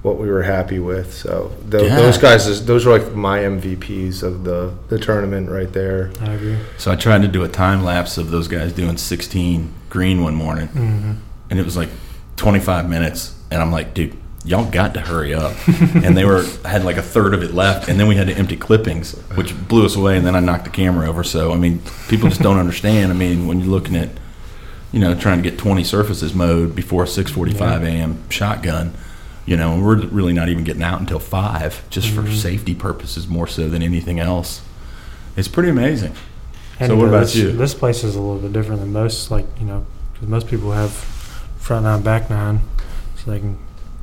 Speaker 7: what we were happy with. So tho-
Speaker 3: Yeah.
Speaker 7: those guys, is- those are like my MVPs of the the tournament right there.
Speaker 6: I agree.
Speaker 3: So I tried to do a time lapse of those guys doing 16 green one morning, and it was like 25 minutes, and I'm like, dude, y'all got to hurry up. [laughs] and they were had like a third of it left, and then we had to empty clippings, which blew us away, and then I knocked the camera over. So I mean, people just don't [laughs] understand. I mean, when you're looking at, you know, trying to get 20 surfaces mowed before a 6:45 a.m. shotgun. You know, and we're really not even getting out until five, just for safety purposes more so than anything else. It's pretty amazing. So what about
Speaker 6: uh, this,
Speaker 3: you?
Speaker 6: This place is a little bit different than most. Like you know, 'cause most people have front nine, back nine, so they can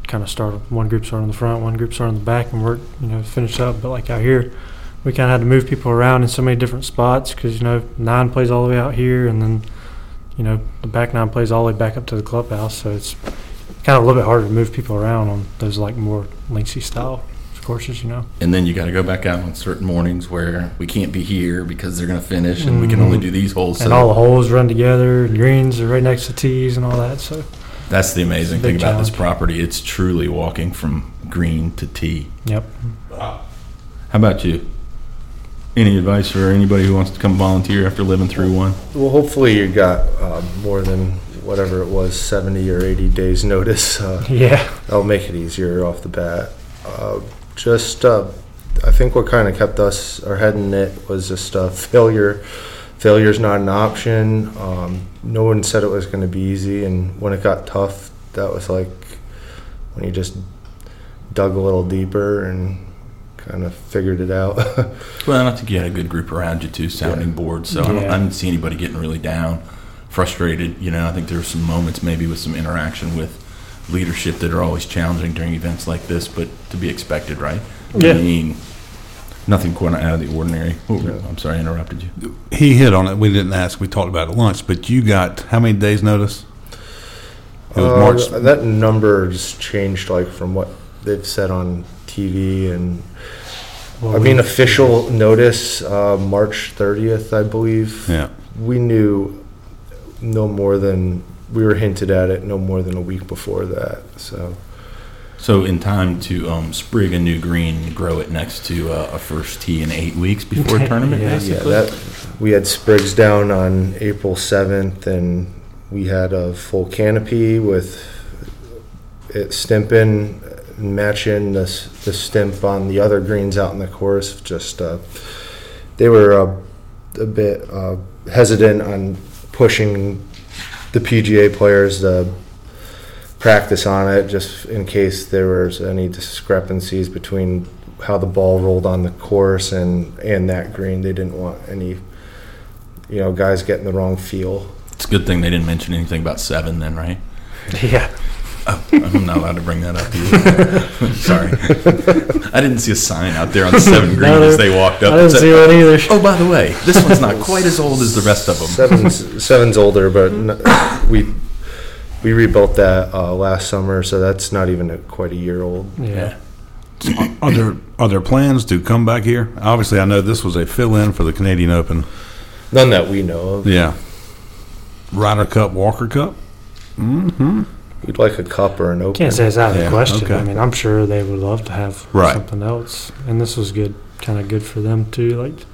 Speaker 6: kind of start one group start on the front, one group start on the back, and work you know finish up. But like out here, we kind of had to move people around in so many different spots because you know nine plays all the way out here, and then you know the back nine plays all the way back up to the clubhouse. So it's kind of a little bit harder to move people around on those like more lengthy style courses. You know,
Speaker 3: and then you got to go back out on certain mornings where we can't be here because they're going to finish and we can only do these holes.
Speaker 6: Mm. and all the holes run together, and greens are right next to tees and all that. So.
Speaker 3: that's the amazing thing
Speaker 6: Big
Speaker 3: about this
Speaker 6: challenge.
Speaker 3: property. It's truly walking from green to tee.
Speaker 6: Yep. [laughs]
Speaker 3: How about you? Any advice for anybody who wants to come volunteer after living through one?
Speaker 7: Well, hopefully you got uh, more than whatever it was, 70 or 80 days notice. Uh,
Speaker 6: Yeah.
Speaker 7: I'll make it easier off the bat. Uh, just, uh, I think what kind of kept us our head in it was just uh, failure. Failure's not an option. Um, no one said it was going to be easy, and when it got tough, that was like when you just dug a little deeper and kind of figured it out. [laughs]
Speaker 3: Well, I think you had a good group around you too, sounding board. So I, don't, I didn't see anybody getting really down, frustrated. You know, I think there were some moments maybe with some interaction with leadership that are always challenging during events like this, but to be expected, right?
Speaker 6: Yeah.
Speaker 3: I mean, nothing quite out of the ordinary. Oh, I'm sorry, I interrupted you.
Speaker 5: He hit on it. We didn't ask. We talked about it at lunch, but you got how many days' notice? It was
Speaker 7: Uh,
Speaker 5: March.
Speaker 7: That number just changed, like from what they've said on TV, and I mean official notice, uh, March 30th, I believe.
Speaker 5: Yeah.
Speaker 7: We knew no more than we were hinted at it no more than a week before that. So
Speaker 3: So in time to um, sprig a new green and grow it next to uh, a first tee in eight weeks before a tournament,
Speaker 6: [laughs] Yeah, yeah,
Speaker 7: yeah,
Speaker 3: basically.
Speaker 7: that we had sprigs down on April 7th, and we had a full canopy with it stimping, matching the s- the stimp on the other greens out in the course. Just uh, they were uh, a bit uh, hesitant on pushing the PGA players to practice on it, just in case there was any discrepancies between how the ball rolled on the course and and that green. They didn't want any, you know, guys getting the wrong feel.
Speaker 3: It's a good thing they didn't mention anything about seven then, right?
Speaker 6: [laughs] Yeah.
Speaker 3: I'm not allowed to bring that up to you. [laughs] Sorry. I didn't see a sign out there on
Speaker 6: [laughs]
Speaker 3: Seven Green as they walked up.
Speaker 6: I didn't
Speaker 3: It said,
Speaker 6: see one either.
Speaker 3: oh, by the way, this one's
Speaker 6: [laughs]
Speaker 3: not quite as old as the rest of them. [laughs]
Speaker 7: Seven's seven's older, but n- we we rebuilt that uh, last summer, so that's not even a, quite a year old.
Speaker 3: Oh.
Speaker 6: Yeah.
Speaker 5: Are there are there plans to come back here? Obviously, I know this was a fill-in for the Canadian Open.
Speaker 7: None that we know of.
Speaker 5: Yeah. Ryder Cup, Walker Cup.
Speaker 7: We'd like a cup or an open.
Speaker 6: Can't say it's out of
Speaker 5: Yeah,
Speaker 6: the question. I
Speaker 5: okay.
Speaker 6: mean, I'm sure they would love to have
Speaker 5: Right.
Speaker 6: something else, and this was good, kind of good for them to like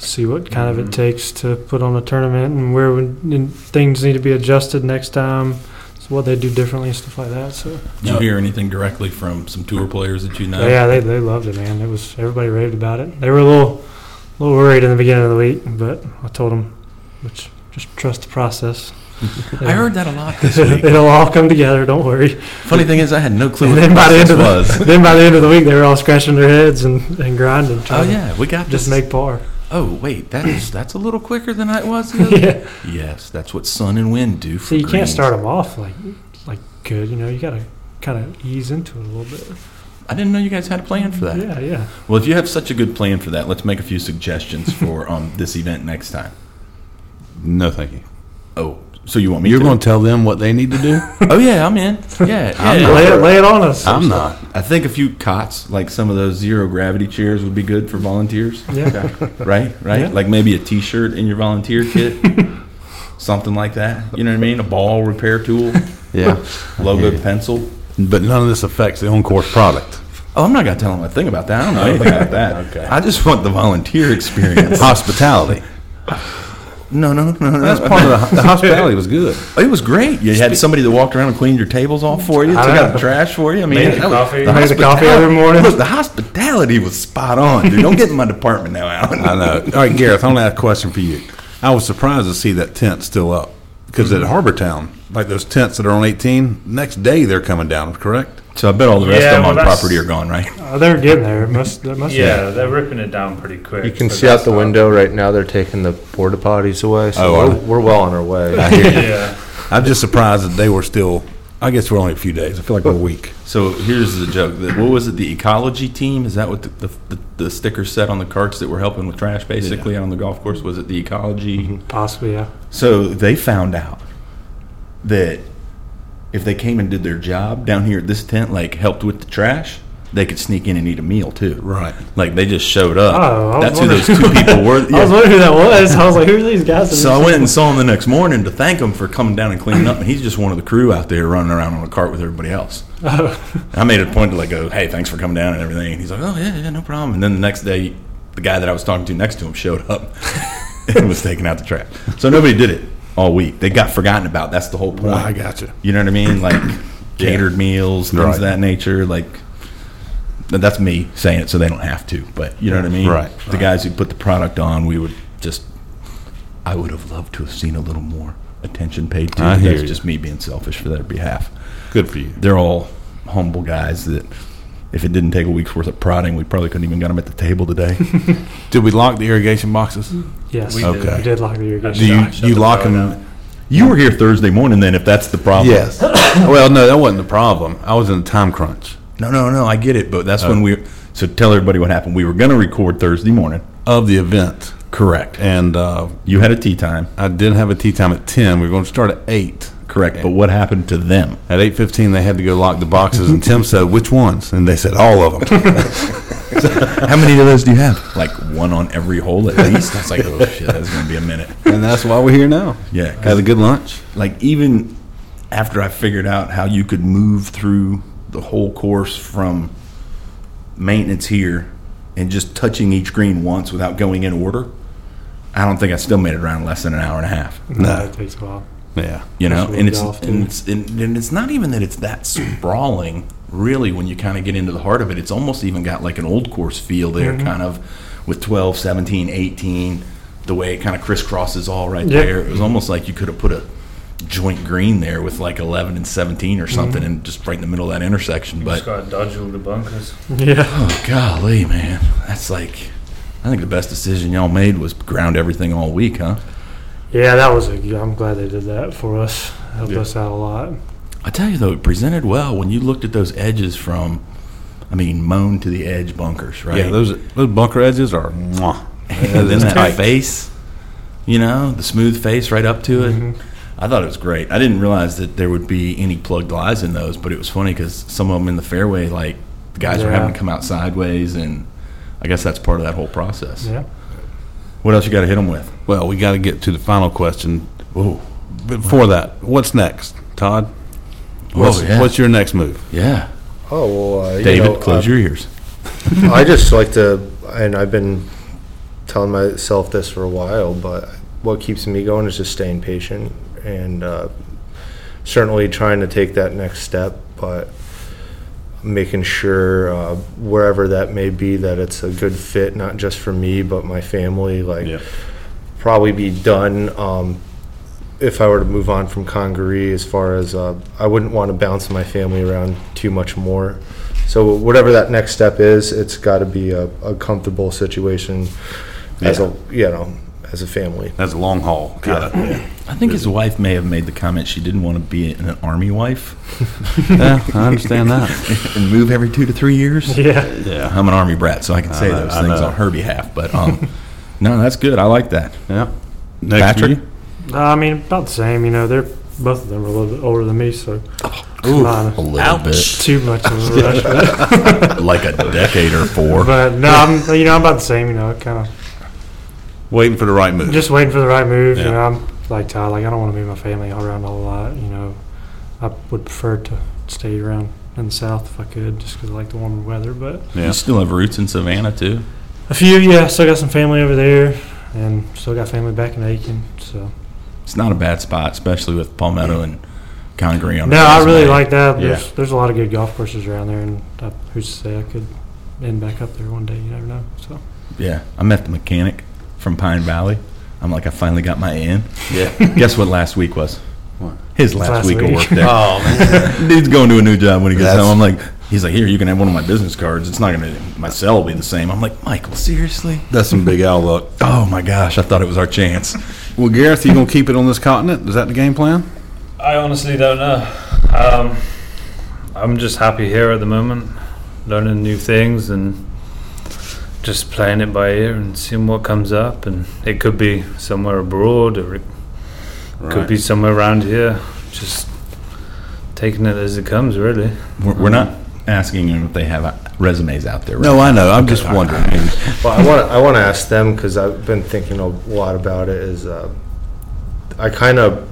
Speaker 6: see what kind
Speaker 3: Mm-hmm.
Speaker 6: of it takes to put on a tournament and where would, and things need to be adjusted next time. So what they do differently and stuff like that. So
Speaker 3: Did you hear anything directly from some tour players that you know?
Speaker 6: yeah, they they loved it, man. It was everybody raved about it. They were a little little worried in the beginning of the week, but I told them, which just trust
Speaker 3: [laughs]
Speaker 6: the process.
Speaker 3: I heard that a lot
Speaker 6: [laughs]
Speaker 3: this week.
Speaker 6: It'll all come together. Don't worry.
Speaker 3: [laughs] Funny thing is, I had no clue
Speaker 6: And
Speaker 3: what
Speaker 6: then by the end
Speaker 3: this
Speaker 6: of
Speaker 3: was.
Speaker 6: the [laughs] then by the end of the week, they were all scratching their heads and, and grinding.
Speaker 3: Oh
Speaker 6: trying to
Speaker 3: yeah, we got
Speaker 6: Uh,
Speaker 3: this.
Speaker 6: just make
Speaker 3: [laughs]
Speaker 6: par. [laughs]
Speaker 3: oh wait, that is that's a little quicker than I was. The other
Speaker 6: yeah.
Speaker 3: Yes, that's what sun and wind do for.
Speaker 6: So you can't
Speaker 3: greens.
Speaker 6: start them off like like good. You know, you gotta kind of ease into it a little bit.
Speaker 3: I didn't know you guys had a plan for that.
Speaker 6: Yeah, yeah.
Speaker 3: Well, if you have such a good plan for that, let's make a few
Speaker 5: [laughs]
Speaker 3: suggestions for um, this event next time.
Speaker 5: No, thank you.
Speaker 3: Oh, so you want me?
Speaker 5: You're
Speaker 3: to?
Speaker 5: going to tell them what they need to do?
Speaker 3: Oh yeah, I'm
Speaker 5: [laughs]
Speaker 3: in. Yeah,
Speaker 5: I'm
Speaker 3: yeah.
Speaker 5: not.
Speaker 6: Lay it, lay it on us. Uh,
Speaker 5: I'm not.
Speaker 3: I think a few cots, like some of those zero gravity chairs, would be good for volunteers.
Speaker 6: Yeah.
Speaker 3: Right, right.
Speaker 6: Yeah.
Speaker 3: Like maybe a T-shirt in your volunteer
Speaker 5: [laughs]
Speaker 3: kit, something like that. You know what I mean? A ball repair tool,
Speaker 5: [laughs] Yeah.
Speaker 3: logo pencil.
Speaker 5: But none of this affects the on-course product.
Speaker 3: Oh, I'm not gonna tell them a thing about that. I don't know anything about that.
Speaker 5: [laughs] Okay.
Speaker 3: I just want the volunteer
Speaker 5: [laughs]
Speaker 3: experience.
Speaker 5: Hospitality.
Speaker 3: no, no, no, no.
Speaker 5: That's part of the, the hospitality was good.
Speaker 3: It was great. You had somebody that walked around and cleaned your tables all for you, took
Speaker 6: know.
Speaker 3: out the trash for you. I mean,
Speaker 4: Made the
Speaker 3: that was-
Speaker 4: coffee.
Speaker 3: the
Speaker 6: Made the coffee
Speaker 3: hospitali-
Speaker 6: every morning.
Speaker 3: Look, the hospitality was spot on, dude. Don't get in my department now, Alan.
Speaker 5: [laughs] I know. All right, Gareth, I want to ask a question for you. I was surprised to see that tent still up because
Speaker 4: Mm-hmm.
Speaker 5: at Harbor Town, like those tents that are on 18, next day they're coming down, correct?
Speaker 3: So I bet all the rest
Speaker 4: Yeah,
Speaker 3: of them
Speaker 4: well,
Speaker 3: on
Speaker 4: that's-
Speaker 3: property are gone, right?
Speaker 6: Uh, they're getting there. It Must that must.
Speaker 4: Yeah, they're ripping it down pretty quick.
Speaker 7: You can
Speaker 4: but
Speaker 7: see out
Speaker 4: that's
Speaker 7: the
Speaker 4: not-
Speaker 7: window right now. They're taking the porta potties away, so
Speaker 5: Oh, are
Speaker 7: we're,
Speaker 5: they?
Speaker 7: we're well on
Speaker 3: [laughs]
Speaker 7: our way.
Speaker 4: Yeah.
Speaker 5: I'm just surprised that they were still, I guess we're only a few days. I feel like we're a week.
Speaker 3: So here's the joke. The- What was it? The ecology team? Is that what the, the, the, the sticker said on the carts that were helping with trash, basically, on the golf course? Was it the ecology?
Speaker 6: Possibly, yeah.
Speaker 3: So they found out that if they came and did their job down here at this tent, like helped with the trash, they could sneak in and eat a meal too.
Speaker 5: Right.
Speaker 3: Like they just showed up.
Speaker 6: Oh, I was
Speaker 3: That's who those two
Speaker 6: wondering-
Speaker 3: people were.
Speaker 6: [laughs] I was
Speaker 3: Yeah.
Speaker 6: wondering who that was. I was like, who are these guys?
Speaker 3: So I went and saw him the next morning to thank him for coming down and cleaning up, and he's just one of the crew out there running around on a cart with everybody else.
Speaker 6: Oh,
Speaker 3: And I made a point to like go, hey, thanks for coming down and everything. And he's like, oh yeah, yeah, no problem. And then the next day, the guy that I was talking to next to him showed up
Speaker 5: [laughs]
Speaker 3: and was taking out the trash. So nobody did it all week. They got forgotten about. That's the whole point.
Speaker 5: I gotcha.
Speaker 3: You know what I mean? Like catered meals, things
Speaker 5: Right.
Speaker 3: of that nature. Like th- that's me saying it so they don't have to. But you know what I mean?
Speaker 5: Right,
Speaker 3: The guys who put the product on, we would just. I would have loved to have seen a little more attention paid to.
Speaker 5: I
Speaker 3: but
Speaker 5: hear
Speaker 3: that's
Speaker 5: you.
Speaker 3: just me being selfish for their behalf
Speaker 5: Good for you.
Speaker 3: they're all humble guys that if it didn't take a week's worth of prodding, we probably couldn't even got them at the table [laughs] today.
Speaker 5: Did we lock the irrigation boxes?
Speaker 6: Yes,
Speaker 4: We
Speaker 6: we
Speaker 4: did.
Speaker 5: Okay.
Speaker 6: did lock the irrigation.
Speaker 5: Do you
Speaker 4: Shut- shut Mm-hmm.
Speaker 5: you
Speaker 4: the
Speaker 5: lock
Speaker 4: door
Speaker 5: them?
Speaker 4: down.
Speaker 3: you were here Thursday morning, then, if that's the problem.
Speaker 5: Yes. [coughs] well, no, that wasn't the problem. I was in a time crunch
Speaker 3: No, no, no. I get it, but that's when we. So tell everybody what happened. We were going to record Thursday morning.
Speaker 5: of the event,
Speaker 3: Correct.
Speaker 5: and uh,
Speaker 3: You had a tea time.
Speaker 5: I did have a tea time at ten. We were going to start at eight.
Speaker 3: Correct. But what happened to them?
Speaker 5: At eight fifteen, they had to go lock the boxes, and Tim said, "Which ones?" And they said, "All of [laughs] them."
Speaker 3: How many of those do you have? Like one on every hole at least. I was like, oh shit, [laughs] that's going to be a minute.
Speaker 5: and that's why we're here now.
Speaker 3: Yeah, 'cause-
Speaker 5: had a good lunch.
Speaker 3: like even after I figured out how you could move through the whole course from maintenance here and just touching each green once without going in order, I don't think I still made it around less than an hour and a half.
Speaker 5: No.
Speaker 6: That takes a while.
Speaker 5: Yeah,
Speaker 3: You know,
Speaker 6: That's what
Speaker 3: and it's,
Speaker 6: golf
Speaker 3: and
Speaker 6: did.
Speaker 3: it's and, and it's not even that it's that sprawling really when you kind of get into the heart of it. It's almost even got like an old course feel there,
Speaker 6: Mm-hmm.
Speaker 3: kind of with 12, 17, 18, the way it kind of crisscrosses all right
Speaker 6: Yep.
Speaker 3: there. It was almost like you could have put a joint green there with like 11 and 17 or something
Speaker 6: Mm-hmm.
Speaker 3: and just right in the middle of that intersection. But
Speaker 4: Just gotta dodge all the bunkers.
Speaker 6: [laughs] Yeah.
Speaker 3: oh, golly, man, that's like I think the best decision y'all made was ground everything all week, huh?
Speaker 6: Yeah, that was a. I'm glad they did that for us. Helped us out a lot.
Speaker 3: I tell you though, it presented well when you looked at those edges from, I mean, moan to the edge bunkers, right?
Speaker 5: yeah.
Speaker 3: [laughs]
Speaker 5: Those those bunker edges are. Mwah.
Speaker 3: and then
Speaker 5: It's
Speaker 3: that
Speaker 5: tight.
Speaker 3: face, you know, the smooth face right up to it. I thought it was great. I didn't realize that there would be any plugged lies in those, but it was funny because some of them in the fairway, like the guys were
Speaker 6: Yeah.
Speaker 3: having to come out sideways, and I guess that's part of that whole process.
Speaker 6: Yeah.
Speaker 3: What else you got to hit them with?
Speaker 5: Well, we got to get to the final question.
Speaker 3: Oh,
Speaker 5: Before that, what's next, Todd? What's,
Speaker 3: yeah.
Speaker 5: what's your next move?
Speaker 3: yeah,
Speaker 7: Oh, well, uh, you
Speaker 3: David,
Speaker 7: know,
Speaker 3: close
Speaker 7: uh,
Speaker 3: your ears.
Speaker 7: [laughs] I just like to, and I've been telling myself this for a while, but what keeps me going is just staying patient and uh, certainly trying to take that next step, but making sure uh, wherever that may be that it's a good fit, not just for me, but my family. Like, probably be done um, if I were to move on from Congaree as far as uh, I wouldn't want to bounce my family around too much more. So whatever that next step is, it's got to be a, a comfortable situation as a you know as a family.
Speaker 5: That's a long haul. Got it.
Speaker 3: I think his wife may have made the comment she didn't want to be an army wife.
Speaker 5: Yeah, I understand that.
Speaker 3: and move every two to three years.
Speaker 6: Yeah.
Speaker 3: Yeah, I'm an army brat, so I can say
Speaker 5: know,
Speaker 3: those
Speaker 5: I
Speaker 3: things
Speaker 5: know.
Speaker 3: on her behalf. But [laughs] um, no, that's good. I like that.
Speaker 5: Yeah. [laughs] Next
Speaker 3: Patrick,
Speaker 5: for
Speaker 6: Uh, I mean, about the same. You know, they're both of them are a little bit older than me, so not
Speaker 3: a little
Speaker 6: too much of a rush. but-
Speaker 3: bit, like a decade or [laughs] four.
Speaker 6: But no, I'm you know I'm about the same. You know, kind of
Speaker 5: you? Waiting for the right move.
Speaker 6: just waiting for the right move.
Speaker 5: Yeah.
Speaker 6: You know, I'm like Todd. Like I don't want to move my family all around a whole lot. You know, I would prefer to stay around in the south if I could, just because I like the warmer weather. But
Speaker 5: yeah.
Speaker 3: You still have roots in Savannah too.
Speaker 6: a few, yeah, still got some family over there, and still got family back in Aiken. So
Speaker 3: It's not a bad spot, especially with Palmetto and Congaree on.
Speaker 6: no,
Speaker 3: the
Speaker 6: I really
Speaker 3: resume.
Speaker 6: like that.
Speaker 3: Yeah.
Speaker 6: There's there's a lot of good golf courses around there, and I, who's to say I could end back up there one day? You never know. So
Speaker 3: Yeah, I met the mechanic from Pine Valley. I'm like, I finally got my in.
Speaker 5: Yeah.
Speaker 3: [laughs] Guess what? Last week was
Speaker 5: What?
Speaker 3: his last,
Speaker 6: last
Speaker 3: week, of
Speaker 6: week.
Speaker 3: work there.
Speaker 5: Oh man.
Speaker 3: Dude's going to a new job when he gets
Speaker 5: That's-
Speaker 3: home. I'm like, he's like, here, you can have one of my business cards. It's not going to, my cell will be the same. I'm like, Michael, seriously?
Speaker 5: That's some big Al luck.
Speaker 3: [laughs] Oh my gosh, I thought it was our chance.
Speaker 5: Well, Gareth, you gonna keep it on this continent? Is that the game plan?
Speaker 4: I honestly don't know. Um, I'm just happy here at the moment, learning new things and just playing it by ear and seeing what comes up. And it could be somewhere abroad or it could be somewhere around here. Just taking it as it comes, really.
Speaker 3: We're, we're not asking them if they have uh, resumes out there. Right?
Speaker 5: No, I know. I'm just wondering.
Speaker 3: [laughs]
Speaker 7: Well, I want I want to ask them because I've been thinking a lot about it. Is uh, I kind of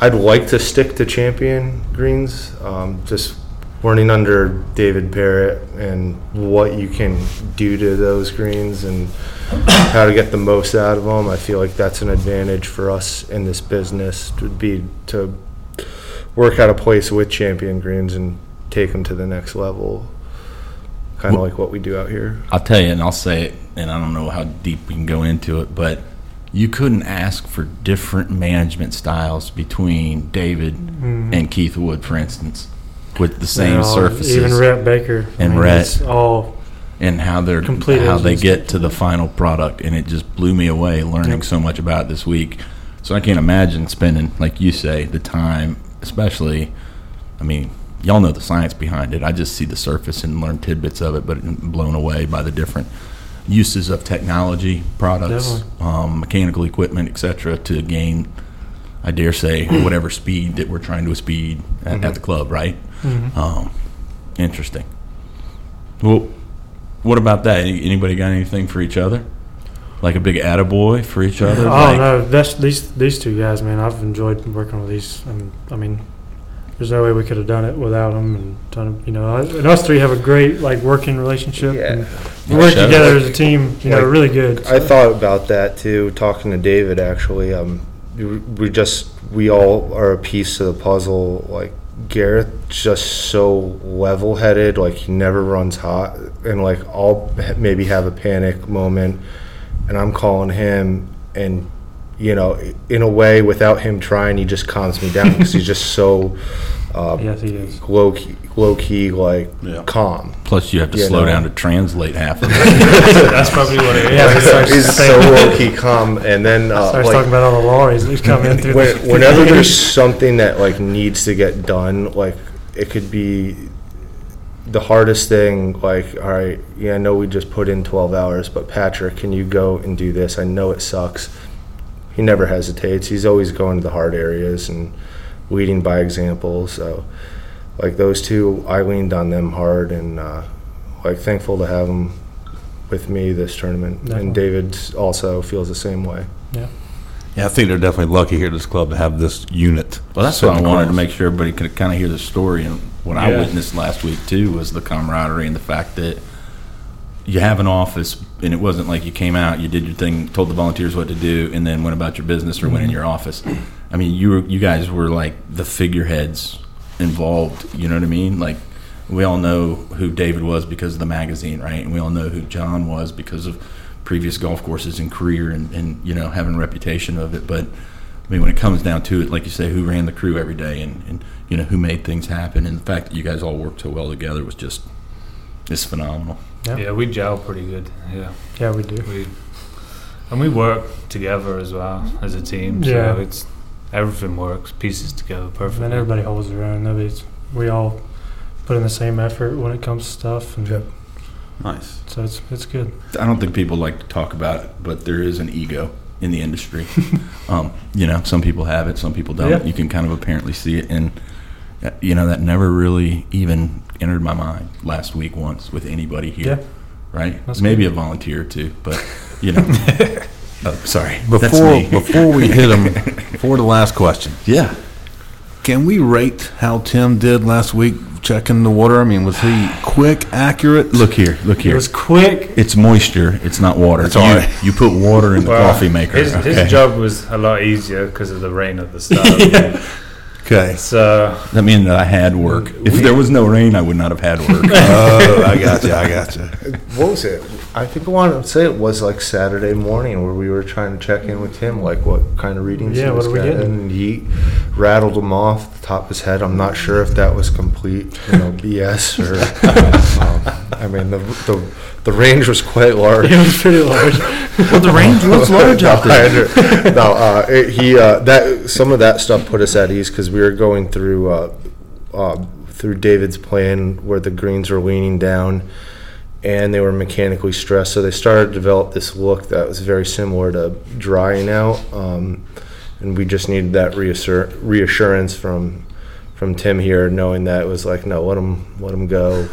Speaker 7: I'd like to stick to champion greens. Um, just learning under David Barrett and what you can do to those greens and how to get the most out of them. I feel like that's an advantage for us in this business would be to work out a place with champion greens and take them to the next level. Kind of like what we do out here.
Speaker 3: I'll tell you, and I'll say it, and I don't know how deep we can go into it, but you couldn't ask for different management styles between David and Keith Wood, for instance. with the same
Speaker 6: all-
Speaker 3: surfaces
Speaker 6: Even Rhett Baker. I
Speaker 3: And
Speaker 6: mean,
Speaker 3: Rhett.
Speaker 6: it's All
Speaker 3: and how they're
Speaker 6: Complete
Speaker 3: how they
Speaker 6: engines.
Speaker 3: get to the final product and it just blew me away learning
Speaker 6: Yep.
Speaker 3: so much about it this week so i can't imagine spending like you say the time especially i mean y'all know the science behind it i just see the surface and learn tidbits of it but I'm blown away by the different uses of technology products um, mechanical equipment etc to gain i dare say whatever speed that we're trying to speed at, at the club right
Speaker 7: Mm-hmm.
Speaker 3: um, interesting well what about that? Any- Anybody got anything for each other? Like a big attaboy for each other?
Speaker 6: Oh
Speaker 3: like,
Speaker 6: no, that's these these two guys, man. I've enjoyed working with these. I mean, I mean, there's no way we could have done it without them. And done, you know, and us three have a great like working relationship. And we
Speaker 3: Yeah,
Speaker 6: work
Speaker 3: sure.
Speaker 6: together as a team. You know,
Speaker 7: Like,
Speaker 6: really good.
Speaker 7: I thought about that too, talking to David actually. Um, we- we just we all are a piece of the puzzle. Like Gareth, just so level-headed. Like he never runs hot, and like I'll h- maybe have a panic moment, and I'm calling him, and you know, in a way, without him trying, he just calms me down because he's just so [laughs] uh,
Speaker 6: yes, he is.
Speaker 7: low key, low key, like
Speaker 5: Yeah.
Speaker 7: calm.
Speaker 3: Plus, you have to
Speaker 7: Yeah,
Speaker 3: slow
Speaker 7: no.
Speaker 3: down to translate half of it.
Speaker 4: That's probably what it is.
Speaker 6: Yeah, it's like-
Speaker 7: [laughs] He's so low key calm, and then uh,
Speaker 6: Starts
Speaker 7: like
Speaker 6: talking about all the lorries that come in through.
Speaker 7: when,
Speaker 6: the- [laughs]
Speaker 7: whenever there's something that like needs to get done, like it could be the hardest thing. Like, all right, yeah, I know we just put in 12 hours, but Patrick, can you go and do this? I know it sucks. He never hesitates. He's always going to the hard areas and leading by example. So, like those two, I leaned on them hard, and uh, like thankful to have them with me this tournament.
Speaker 6: Definitely.
Speaker 7: And David also feels the same way.
Speaker 5: Yeah, I think they're definitely lucky here at this club to have this unit.
Speaker 3: Well, that's what I
Speaker 5: sitting
Speaker 3: wanted to
Speaker 5: across.
Speaker 3: make sure everybody could kind of hear the story. And what I
Speaker 4: Yeah.
Speaker 3: witnessed last week, too, was the camaraderie and the fact that you have an office, and it wasn't like you came out, you did your thing, told the volunteers what to do, and then went about your business or
Speaker 5: Mm-hmm.
Speaker 3: went in your office. I mean, you, were, you guys were like the figureheads involved, you know what I mean? Like, we all know who David was because of the magazine, right? And we all know who John was because of previous golf courses and career and, and you know, having a reputation of it. But I mean, when it comes down to it, like you say, who ran the crew every day and, and you know who made things happen, and the fact that you guys all worked so well together was just it's phenomenal.
Speaker 4: Yeah, we gel pretty good. Yeah,
Speaker 6: yeah, we do.
Speaker 4: we and we work together as well as a team. So
Speaker 6: Yeah.
Speaker 4: it's everything works pieces together
Speaker 6: And
Speaker 4: perfectly.
Speaker 6: then everybody holds their own. Nobody's. We all put in the same effort when it comes to stuff, and
Speaker 7: Yep.
Speaker 5: Nice.
Speaker 6: so it's it's good.
Speaker 3: I don't think people like to talk about it, but there is an ego in the
Speaker 6: [laughs]
Speaker 3: industry. um, you know, some people have it, some people don't.
Speaker 6: Yeah.
Speaker 3: You can kind of apparently see it, and uh, you know that never really even entered my mind last week once with anybody here.
Speaker 6: Yeah. [laughs]
Speaker 3: Right?
Speaker 6: That's
Speaker 3: Maybe a volunteer or two, but you
Speaker 6: [laughs]
Speaker 3: know. oh, sorry. That's
Speaker 5: Before
Speaker 3: me.
Speaker 5: before we hit [laughs] them, before the last question,
Speaker 3: yeah.
Speaker 5: can we rate how Tim did last week checking the water? I mean, was he quick, accurate?
Speaker 3: Look here. Look
Speaker 6: It
Speaker 3: here.
Speaker 6: was quick.
Speaker 3: It's moisture. It's not water.
Speaker 5: That's
Speaker 3: you,
Speaker 5: all right.
Speaker 3: you put water in the
Speaker 4: Well,
Speaker 3: coffee maker.
Speaker 4: His,
Speaker 3: okay.
Speaker 4: his job was a lot easier because of the rain at
Speaker 3: [laughs]
Speaker 4: the start.
Speaker 5: Okay.
Speaker 4: So
Speaker 3: That means that I had work. If there was no rain, I would not have had work.
Speaker 5: [laughs] Oh, I got you. I got you.
Speaker 7: what was it? I think I want to say it was like Saturday morning where we were trying to check in with him, like what kind of readings
Speaker 6: Yeah,
Speaker 7: he
Speaker 6: what
Speaker 7: was
Speaker 6: are we
Speaker 7: getting.
Speaker 6: getting?
Speaker 7: And he rattled them off the top of his head. I'm not sure if that was complete, you know, [laughs] BS
Speaker 6: [laughs]
Speaker 7: or. um, I mean, the, the the range was quite large.
Speaker 6: It was pretty
Speaker 3: [laughs]
Speaker 6: large.
Speaker 3: well, the
Speaker 6: [laughs]
Speaker 3: rain was
Speaker 7: [laughs]
Speaker 3: large
Speaker 7: no,
Speaker 3: out there.
Speaker 7: I under- no, uh, it- he uh, that some of that stuff put us at ease because we were going through uh, uh, through David's plan where the greens were leaning down and they were mechanically stressed, so they started to develop this look that was very similar to drying out. Um, and we just needed that reassur- reassurance from from Tim here, knowing that it was like, no, let him let him go.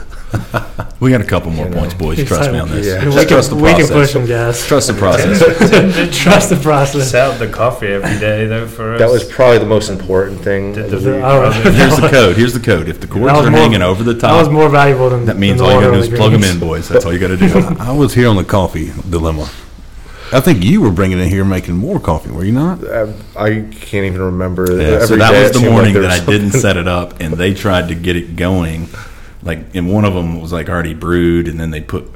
Speaker 3: We got a couple more
Speaker 7: You know.
Speaker 3: points, boys. Trust me on this.
Speaker 7: Yeah.
Speaker 6: And we,
Speaker 3: Just trust the
Speaker 6: can, we can
Speaker 3: process.
Speaker 6: push them, guys. [laughs]
Speaker 3: Trust the process.
Speaker 6: Trust the process.
Speaker 4: set up the coffee every day though for us.
Speaker 7: That was probably the most important thing.
Speaker 4: Did the
Speaker 6: The-
Speaker 4: week.
Speaker 6: I don't [laughs] know.
Speaker 3: Here's the code. Here's the code. If the cords
Speaker 6: was
Speaker 3: are
Speaker 6: more-
Speaker 3: hanging over the
Speaker 6: That was
Speaker 3: top,
Speaker 6: more valuable than
Speaker 3: that means
Speaker 6: than
Speaker 3: all
Speaker 6: the
Speaker 3: you gotta do
Speaker 6: water on
Speaker 3: is
Speaker 6: the
Speaker 3: plug them
Speaker 6: greens.
Speaker 3: in, boys. That's all you gotta
Speaker 6: [laughs]
Speaker 3: do.
Speaker 5: I was here on the coffee dilemma. I think you were bringing it here making more coffee, were you not?
Speaker 7: I, I can't even remember.
Speaker 3: Yeah, so
Speaker 7: Every
Speaker 3: that
Speaker 7: day
Speaker 3: was
Speaker 7: it
Speaker 3: the
Speaker 7: seemed like
Speaker 3: morning
Speaker 7: there
Speaker 3: that
Speaker 7: was
Speaker 3: I didn't set it up, and they tried to get it going. Like, and one of them was like already brewed, and then they put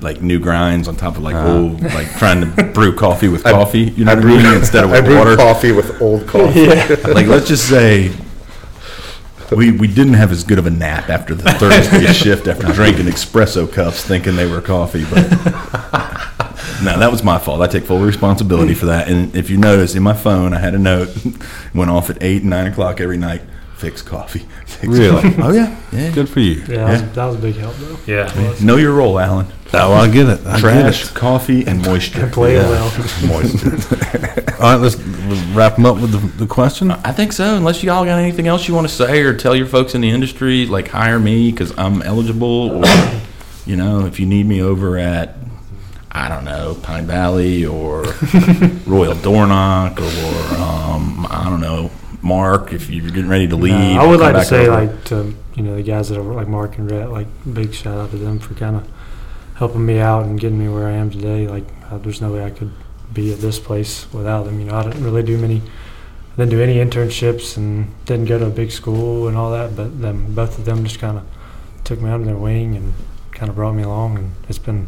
Speaker 3: like new grinds on top of like
Speaker 7: Uh-huh.
Speaker 3: old, like trying to brew coffee
Speaker 7: [laughs]
Speaker 3: with coffee. You know what I mean? Instead of
Speaker 7: I
Speaker 3: with
Speaker 7: brewed
Speaker 3: water.
Speaker 7: coffee with old coffee.
Speaker 3: Like, let's just say we, we didn't have as good of a nap after the
Speaker 5: [laughs]
Speaker 3: Thursday shift after drinking espresso cups, thinking they were coffee. But no, that was my fault. I take full responsibility for that. And if you notice in my phone, I had a note [laughs] went off at eight and nine o'clock every night. Fix coffee. [laughs] Fix
Speaker 5: Really?
Speaker 3: coffee. Oh yeah. yeah.
Speaker 5: Good for you.
Speaker 6: Yeah, that, Was, that was a big help though.
Speaker 4: Yeah.
Speaker 3: Know your role, Alan.
Speaker 5: Oh, I get it. I
Speaker 3: Trash,
Speaker 5: get
Speaker 3: coffee, and moisture.
Speaker 6: Play it well.
Speaker 5: it. Moisture. All right, let's wrap them up with the, the question.
Speaker 3: I think so. Unless y'all got anything else you want to say or tell your folks in the industry, like hire me because I'm eligible, or you know, if you need me over at I don't know Pine Valley
Speaker 6: [laughs]
Speaker 3: or Royal Dornock or um, I don't know Mark if you're getting ready to leave.
Speaker 6: Uh, I would
Speaker 3: come
Speaker 6: like to
Speaker 3: back
Speaker 6: say,
Speaker 3: over.
Speaker 6: like to you know the guys that are like Mark and Rhett, like big shout out to them for kind of helping me out and getting me where I am today. Like uh, there's no way I could be at this place without them. You know, I didn't really do many, I didn't do any internships and didn't go to a big school and all that. But them, both of them just kind of took me under their wing and kind of brought me along. And it's been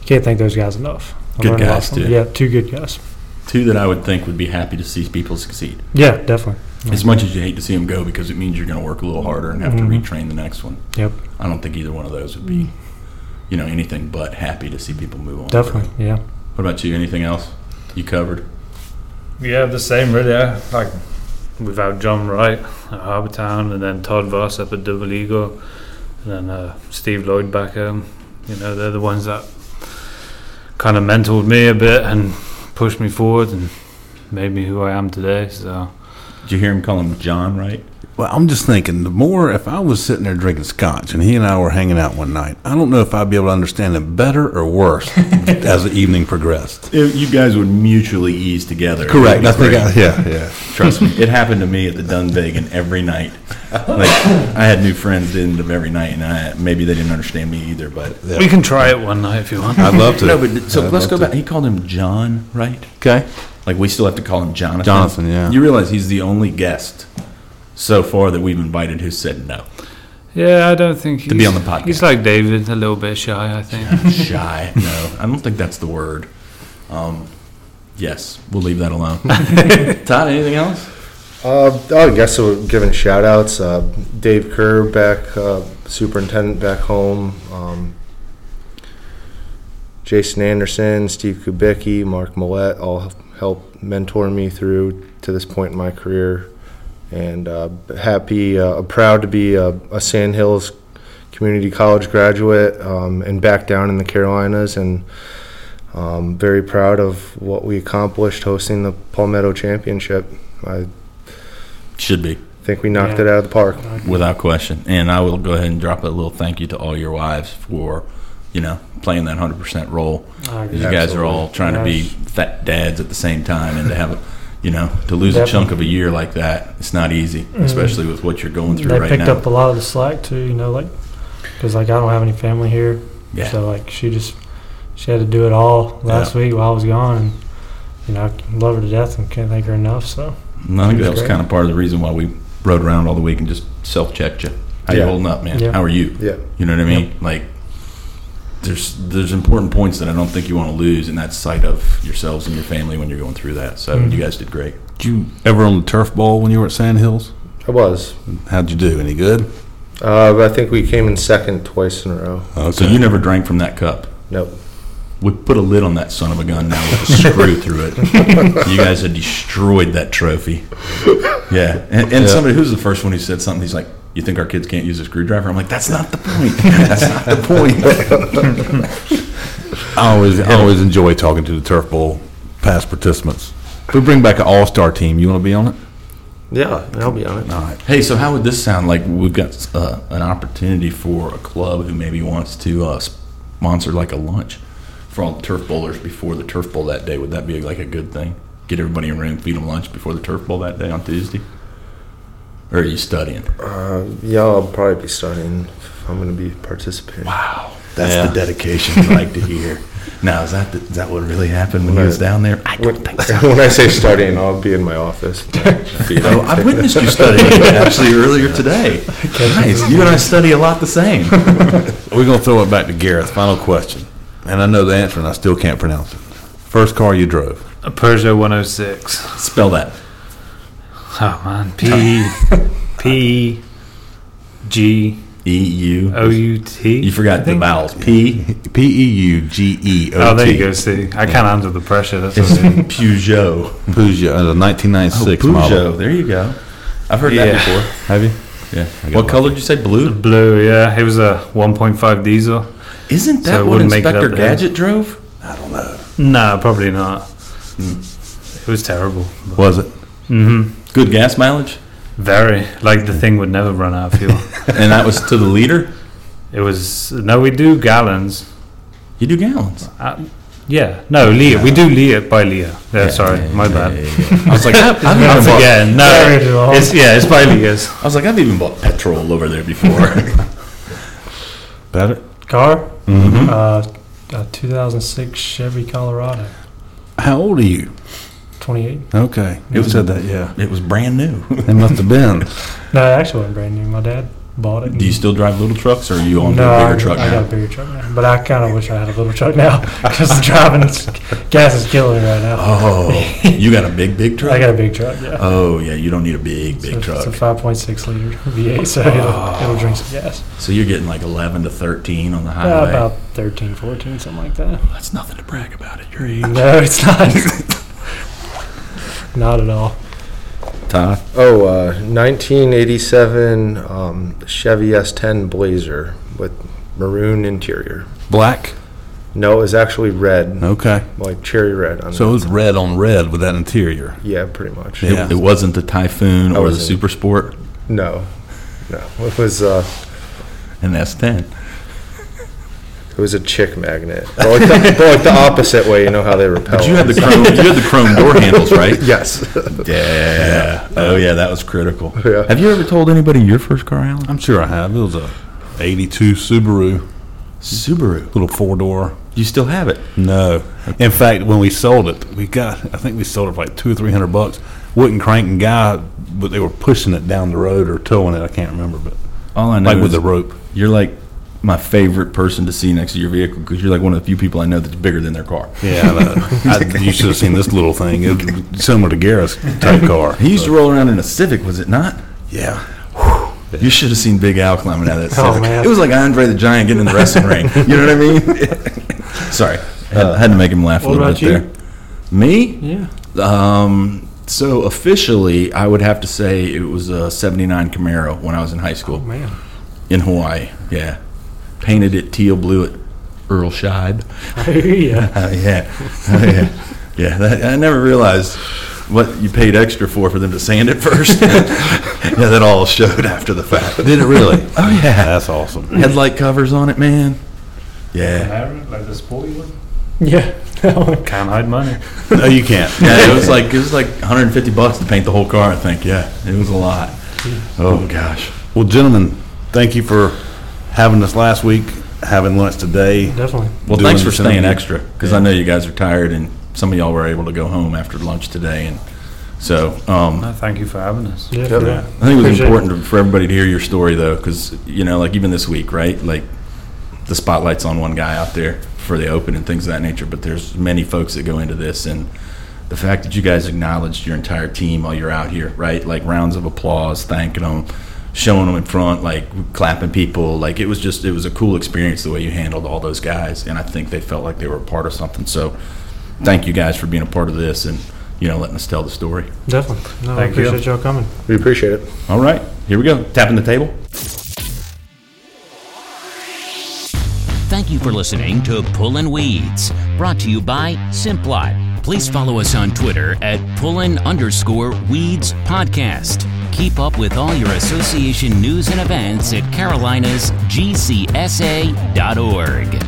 Speaker 6: I can't thank those guys enough. I
Speaker 3: Good
Speaker 6: learned a lot
Speaker 3: guys,
Speaker 6: from them.
Speaker 3: too.
Speaker 6: Yeah, two good guys.
Speaker 3: two that I would think would be happy to see people succeed.
Speaker 6: Yeah, definitely.
Speaker 3: As much as you hate to see them go because it means you're going to work a little harder and have
Speaker 6: Mhm.
Speaker 3: to retrain the next one.
Speaker 6: Yep,
Speaker 3: I don't think either one of those would be, you know, anything but happy to see people move on.
Speaker 6: definitely. Yeah.
Speaker 3: What about you? Anything else you covered?
Speaker 4: Yeah, the same really. I, like without John Wright at Harbour Town, and then Todd Voss up at Double Eagle, and then uh, Steve Lloyd back home. You know, they're the ones that kind of mentored me a bit and pushed me forward and made me who I am today. So
Speaker 3: Did you hear him call him John, right?
Speaker 5: Well, I'm just thinking the more if I was sitting there drinking scotch and he and I were hanging out one night, I don't know if I'd be able to understand him better or [laughs] worse as the evening progressed.
Speaker 3: you guys would mutually ease together.
Speaker 5: Correct. I think. I, yeah, yeah.
Speaker 3: Trust me, it happened to me at the Dunvegan every night. Like I had new friends at the end of every night, and I, maybe they didn't understand me either. But
Speaker 4: we can try it one night if you want.
Speaker 5: I'd love to.
Speaker 3: no, but so
Speaker 5: I'd
Speaker 3: let's
Speaker 5: love
Speaker 3: go
Speaker 5: to.
Speaker 3: back. He called him John, right?
Speaker 5: Okay.
Speaker 3: Like we still have to call him Jonathan.
Speaker 5: Jonathan, yeah.
Speaker 3: You realize he's the only guest so far that we've invited who said
Speaker 5: [laughs]
Speaker 3: no.
Speaker 4: Yeah, I don't think he's,
Speaker 3: be on the podcast.
Speaker 4: He's like David, a little bit shy, I think.
Speaker 3: Shy. No, I don't think that's the word. Um, yes, we'll leave that
Speaker 5: [laughs]
Speaker 3: alone. Todd, anything else?
Speaker 7: Uh, oh, I guess so. we're Giving shout outs, uh, Dave Kerr back, uh, superintendent back home, um, Jason Anderson, Steve Kubicki, Mark Millett all help mentor me through to this point in my career. And uh, happy, uh, proud to be a, a Sand Hills Community College graduate um, and back down in the Carolinas. And um, very proud of what we accomplished hosting the Palmetto Championship. I
Speaker 3: Should be.
Speaker 7: think we knocked
Speaker 6: Yeah.
Speaker 7: it out of the park.
Speaker 3: Without question. And I will go ahead and drop a little thank you to all your wives for, you know, playing that 100% role.
Speaker 6: I agree.
Speaker 3: You guys are all trying to be
Speaker 6: Yes.
Speaker 3: fat dads at the same time and to have, you know, to lose a chunk of a year like that, it's not easy, especially with what you're going through
Speaker 6: Mm. they
Speaker 3: right
Speaker 6: picked
Speaker 3: now.
Speaker 6: up a lot of the slack too you know like because like i don't have any family here
Speaker 3: Yeah.
Speaker 6: so like she just she had to do it all last week while i was gone and you know i love her to death and can't thank her enough so
Speaker 3: And I think that was
Speaker 6: Great.
Speaker 3: kind of part of the reason why we rode around all the week and just self checked you. How you
Speaker 7: Yeah.
Speaker 3: holding up, man?
Speaker 6: Yeah.
Speaker 3: How are you?
Speaker 7: Yeah.
Speaker 3: You know what I mean? Like, there's there's important points that I don't think you want to lose, and that's sight of yourselves and your family when you're going through that. So
Speaker 6: Mm.
Speaker 3: you guys did great.
Speaker 5: Did you ever on the turf ball when you were at Sand Hills?
Speaker 7: I was.
Speaker 5: How'd you do? Any good?
Speaker 7: Uh, but I think we came in second twice in a row.
Speaker 5: Okay.
Speaker 3: So you never drank from that cup.
Speaker 7: Nope.
Speaker 3: We put a lid on that son of a gun now with a screw through it. You guys had destroyed that trophy. Yeah. And, and somebody who's the first one who said something, he's like, You think our kids can't use a screwdriver? I'm like, That's not the point. [laughs] That's not the point.
Speaker 5: I always, I always enjoy talking to the turf bowl past participants. If we bring back an all star team, you want to be on it?
Speaker 7: Yeah, I'll be on it.
Speaker 5: All right.
Speaker 3: hey, so how would this sound like we've got uh, an opportunity for a club who maybe wants to uh, sponsor like a lunch for all the turf bowlers before the turf bowl that day? Would that be like a good thing? Get everybody in a room, feed them lunch before the turf bowl that day on Tuesday? Or are you studying?
Speaker 7: Yeah, I'll probably be starting. if I'm going to be participating.
Speaker 3: Wow, that's the dedication we like to
Speaker 5: [laughs]
Speaker 3: hear. Now, is that the, is that what really happened when he was down there? I
Speaker 7: When,
Speaker 3: don't think so.
Speaker 7: [laughs] when I say starting, I'll be in my
Speaker 3: [laughs]
Speaker 7: office.
Speaker 3: You know, I witnessed you
Speaker 5: [laughs]
Speaker 3: studying actually earlier today. Nice. You and I study a lot the same.
Speaker 5: [laughs] We're going to throw it back to Gareth. Final question. And I know the answer, and I still can't pronounce it. First car you drove?
Speaker 4: a Peugeot 106.
Speaker 3: Spell that.
Speaker 4: Oh man, P P G
Speaker 3: E U.
Speaker 4: O Oh, U T.
Speaker 3: You
Speaker 4: I
Speaker 3: forgot the
Speaker 4: think.
Speaker 3: vowels. P.
Speaker 5: P E U G E O T.
Speaker 4: Oh, there you go. See, I can't handle the
Speaker 3: [laughs]
Speaker 4: pressure. That's what I mean.
Speaker 3: Peugeot.
Speaker 5: Peugeot, the 1996
Speaker 3: oh, Peugeot.
Speaker 5: model.
Speaker 3: There you go. I've heard that
Speaker 4: Yeah.
Speaker 3: before.
Speaker 5: Have you?
Speaker 3: Yeah. What color did you say? Blue.
Speaker 4: Blue, yeah. It was a 1.5 diesel.
Speaker 3: Isn't that
Speaker 4: So it
Speaker 3: what
Speaker 4: wouldn't make it
Speaker 3: Inspector
Speaker 4: up there.
Speaker 3: Gadget drove?
Speaker 4: No, probably not.
Speaker 3: Hmm.
Speaker 4: It was terrible.
Speaker 5: Was it?
Speaker 4: Mm-hmm.
Speaker 3: Good gas mileage,
Speaker 4: Very. Like the thing would never run out
Speaker 3: [laughs]
Speaker 4: of fuel.
Speaker 3: and that was to the leader.
Speaker 4: it was no, we do gallons.
Speaker 3: You do gallons.
Speaker 4: Yeah, no, liter. We do liter by liter. Yeah, sorry,
Speaker 3: yeah,
Speaker 4: my
Speaker 3: yeah,
Speaker 4: bad.
Speaker 3: yeah, yeah. I [laughs] was like, I've, I've
Speaker 4: [laughs] I
Speaker 3: never bought-
Speaker 4: forget.
Speaker 6: Sorry to all.
Speaker 4: No, it's yeah, it's by liters.
Speaker 3: I was like, I've even bought petrol over there
Speaker 5: [laughs]
Speaker 3: before.
Speaker 5: Better.
Speaker 6: Car?
Speaker 3: Mm-hmm.
Speaker 6: Uh, a 2006 Chevy Colorado,
Speaker 5: How old are you?
Speaker 6: 28.
Speaker 5: Okay. You said that, yeah.
Speaker 3: it was brand new.
Speaker 5: It must have been.
Speaker 6: No, it actually wasn't brand new. My dad bought it.
Speaker 3: Do you
Speaker 6: and-
Speaker 3: still drive little trucks, or are you on to
Speaker 6: no,
Speaker 3: a
Speaker 6: I,
Speaker 3: bigger truck
Speaker 6: I
Speaker 3: now?
Speaker 6: got a bigger truck now, but I
Speaker 3: [laughs]
Speaker 6: kind of wish I had a little truck now because driving is, gas is killing me right now.
Speaker 3: Oh, you got a big, big truck.
Speaker 6: [laughs] I got a big truck. Yeah,
Speaker 3: oh yeah, you don't need a big, big
Speaker 6: it's, a-
Speaker 3: truck.
Speaker 6: it's a 5.6 liter [laughs] V8, so it'll, it'll drink some gas.
Speaker 3: so you're getting like 11 to 13 on the
Speaker 6: Uh,
Speaker 3: highway.
Speaker 6: about 13, 14, something like that.
Speaker 3: That's nothing to brag about at your age.
Speaker 6: No, it's not. not at all.
Speaker 3: Todd,
Speaker 7: Oh, uh, 1987 um, Chevy S10 Blazer with maroon interior.
Speaker 5: Black.
Speaker 7: No, it was actually red,
Speaker 5: Okay.
Speaker 7: like cherry red. On
Speaker 5: So it
Speaker 7: it.
Speaker 5: was red on red with that interior.
Speaker 7: yeah, pretty much.
Speaker 5: Yeah.
Speaker 3: it, it wasn't the Typhoon
Speaker 5: Oh,
Speaker 3: or the
Speaker 7: wasn't.
Speaker 3: Super Sport
Speaker 7: No, no, it was uh,
Speaker 3: and S10.
Speaker 7: it was a chick magnet, but like, the, but like the opposite way. You know how they repel.
Speaker 3: But [laughs] you had the chrome. You had the chrome door handles, [laughs] right?
Speaker 7: yes.
Speaker 3: Yeah. Oh yeah, that was critical.
Speaker 7: Yeah.
Speaker 3: Have you ever told anybody your first car, Alan?
Speaker 5: I'm sure I have. It was a 82 Subaru,
Speaker 3: Subaru.
Speaker 5: little four door.
Speaker 3: You still have it?
Speaker 5: No. In fact, when we sold it, we got, I think we sold it for like two or three hundred bucks. Wouldn't cranking guy, but they were pushing it down the road or towing it. I can't remember, but
Speaker 3: All I know
Speaker 5: like
Speaker 3: is
Speaker 5: with the rope.
Speaker 3: you're like my favorite person to see next to your vehicle because you're like one of the few people I know that's bigger than their car.
Speaker 5: Yeah, I, know. I, you should have seen this little thing. It was similar to Garrett's type car.
Speaker 3: He used to roll around in a Civic, was it not?
Speaker 5: Yeah.
Speaker 3: You should have seen Big Al climbing out of that
Speaker 6: Oh,
Speaker 3: Civic.
Speaker 6: man.
Speaker 3: It was like Andre the Giant getting in the wrestling ring. You know what I mean? [laughs] Sorry, had, had to make him laugh a
Speaker 6: What
Speaker 3: little
Speaker 6: about
Speaker 3: bit there.
Speaker 6: you?
Speaker 3: Me?
Speaker 6: Yeah.
Speaker 3: Um, so officially, I would have to say it was a '79 Camaro when I was in high school
Speaker 6: Man, [laughs]
Speaker 3: in Hawaii. Yeah, painted it teal blue at Earl Shibe.
Speaker 6: yeah.
Speaker 3: [laughs] Oh yeah, oh, yeah, yeah. That, I never realized what you paid extra for for them to sand it first. [laughs] yeah, that all showed after the fact.
Speaker 5: Did it really?
Speaker 3: Oh yeah,
Speaker 5: That's awesome.
Speaker 3: headlight covers on it, man. Yeah,
Speaker 4: Like the sporty one.
Speaker 6: Yeah. [laughs]
Speaker 4: Can't hide
Speaker 3: [laughs]
Speaker 4: money.
Speaker 5: No, you can't.
Speaker 3: yeah. It was like it was like 150 bucks to paint the whole car. I think. Yeah, it was a lot. Oh gosh.
Speaker 5: Well, gentlemen, thank you for having us last week, having lunch today.
Speaker 6: Definitely.
Speaker 3: Well,
Speaker 5: doing
Speaker 3: thanks for
Speaker 5: this
Speaker 3: staying
Speaker 5: interview.
Speaker 3: extra because I know you guys are tired and some of y'all were able to go home after lunch today, and so um,
Speaker 4: No, thank you for having us.
Speaker 6: Yeah.
Speaker 7: Yep.
Speaker 6: for real.
Speaker 3: I think it was
Speaker 6: Appreciate
Speaker 3: important to- for everybody to hear your story, though, because you know, like even this week, right? Like the spotlight's on one guy out there for the open and things of that nature, but there's many folks that go into this, and the fact that you guys acknowledged your entire team while you're out here, right? Like rounds of applause, thanking them, showing them in front, like clapping people, like it was just it was a cool experience the way you handled all those guys, and I think they felt like they were a part of something. So, thank you guys for being a part of this and you know letting us tell the story.
Speaker 6: Definitely. No, I
Speaker 4: Thank you.
Speaker 6: appreciate y'all coming.
Speaker 7: [laughs] We appreciate it.
Speaker 3: All right, here we go, tapping the table.
Speaker 1: Thank you for listening to Pullin' Weeds, brought to you by Simplot. Please follow us on Twitter at Pullin' underscore Weeds Podcast. Keep up with all your association news and events at carolinasgcsa.org.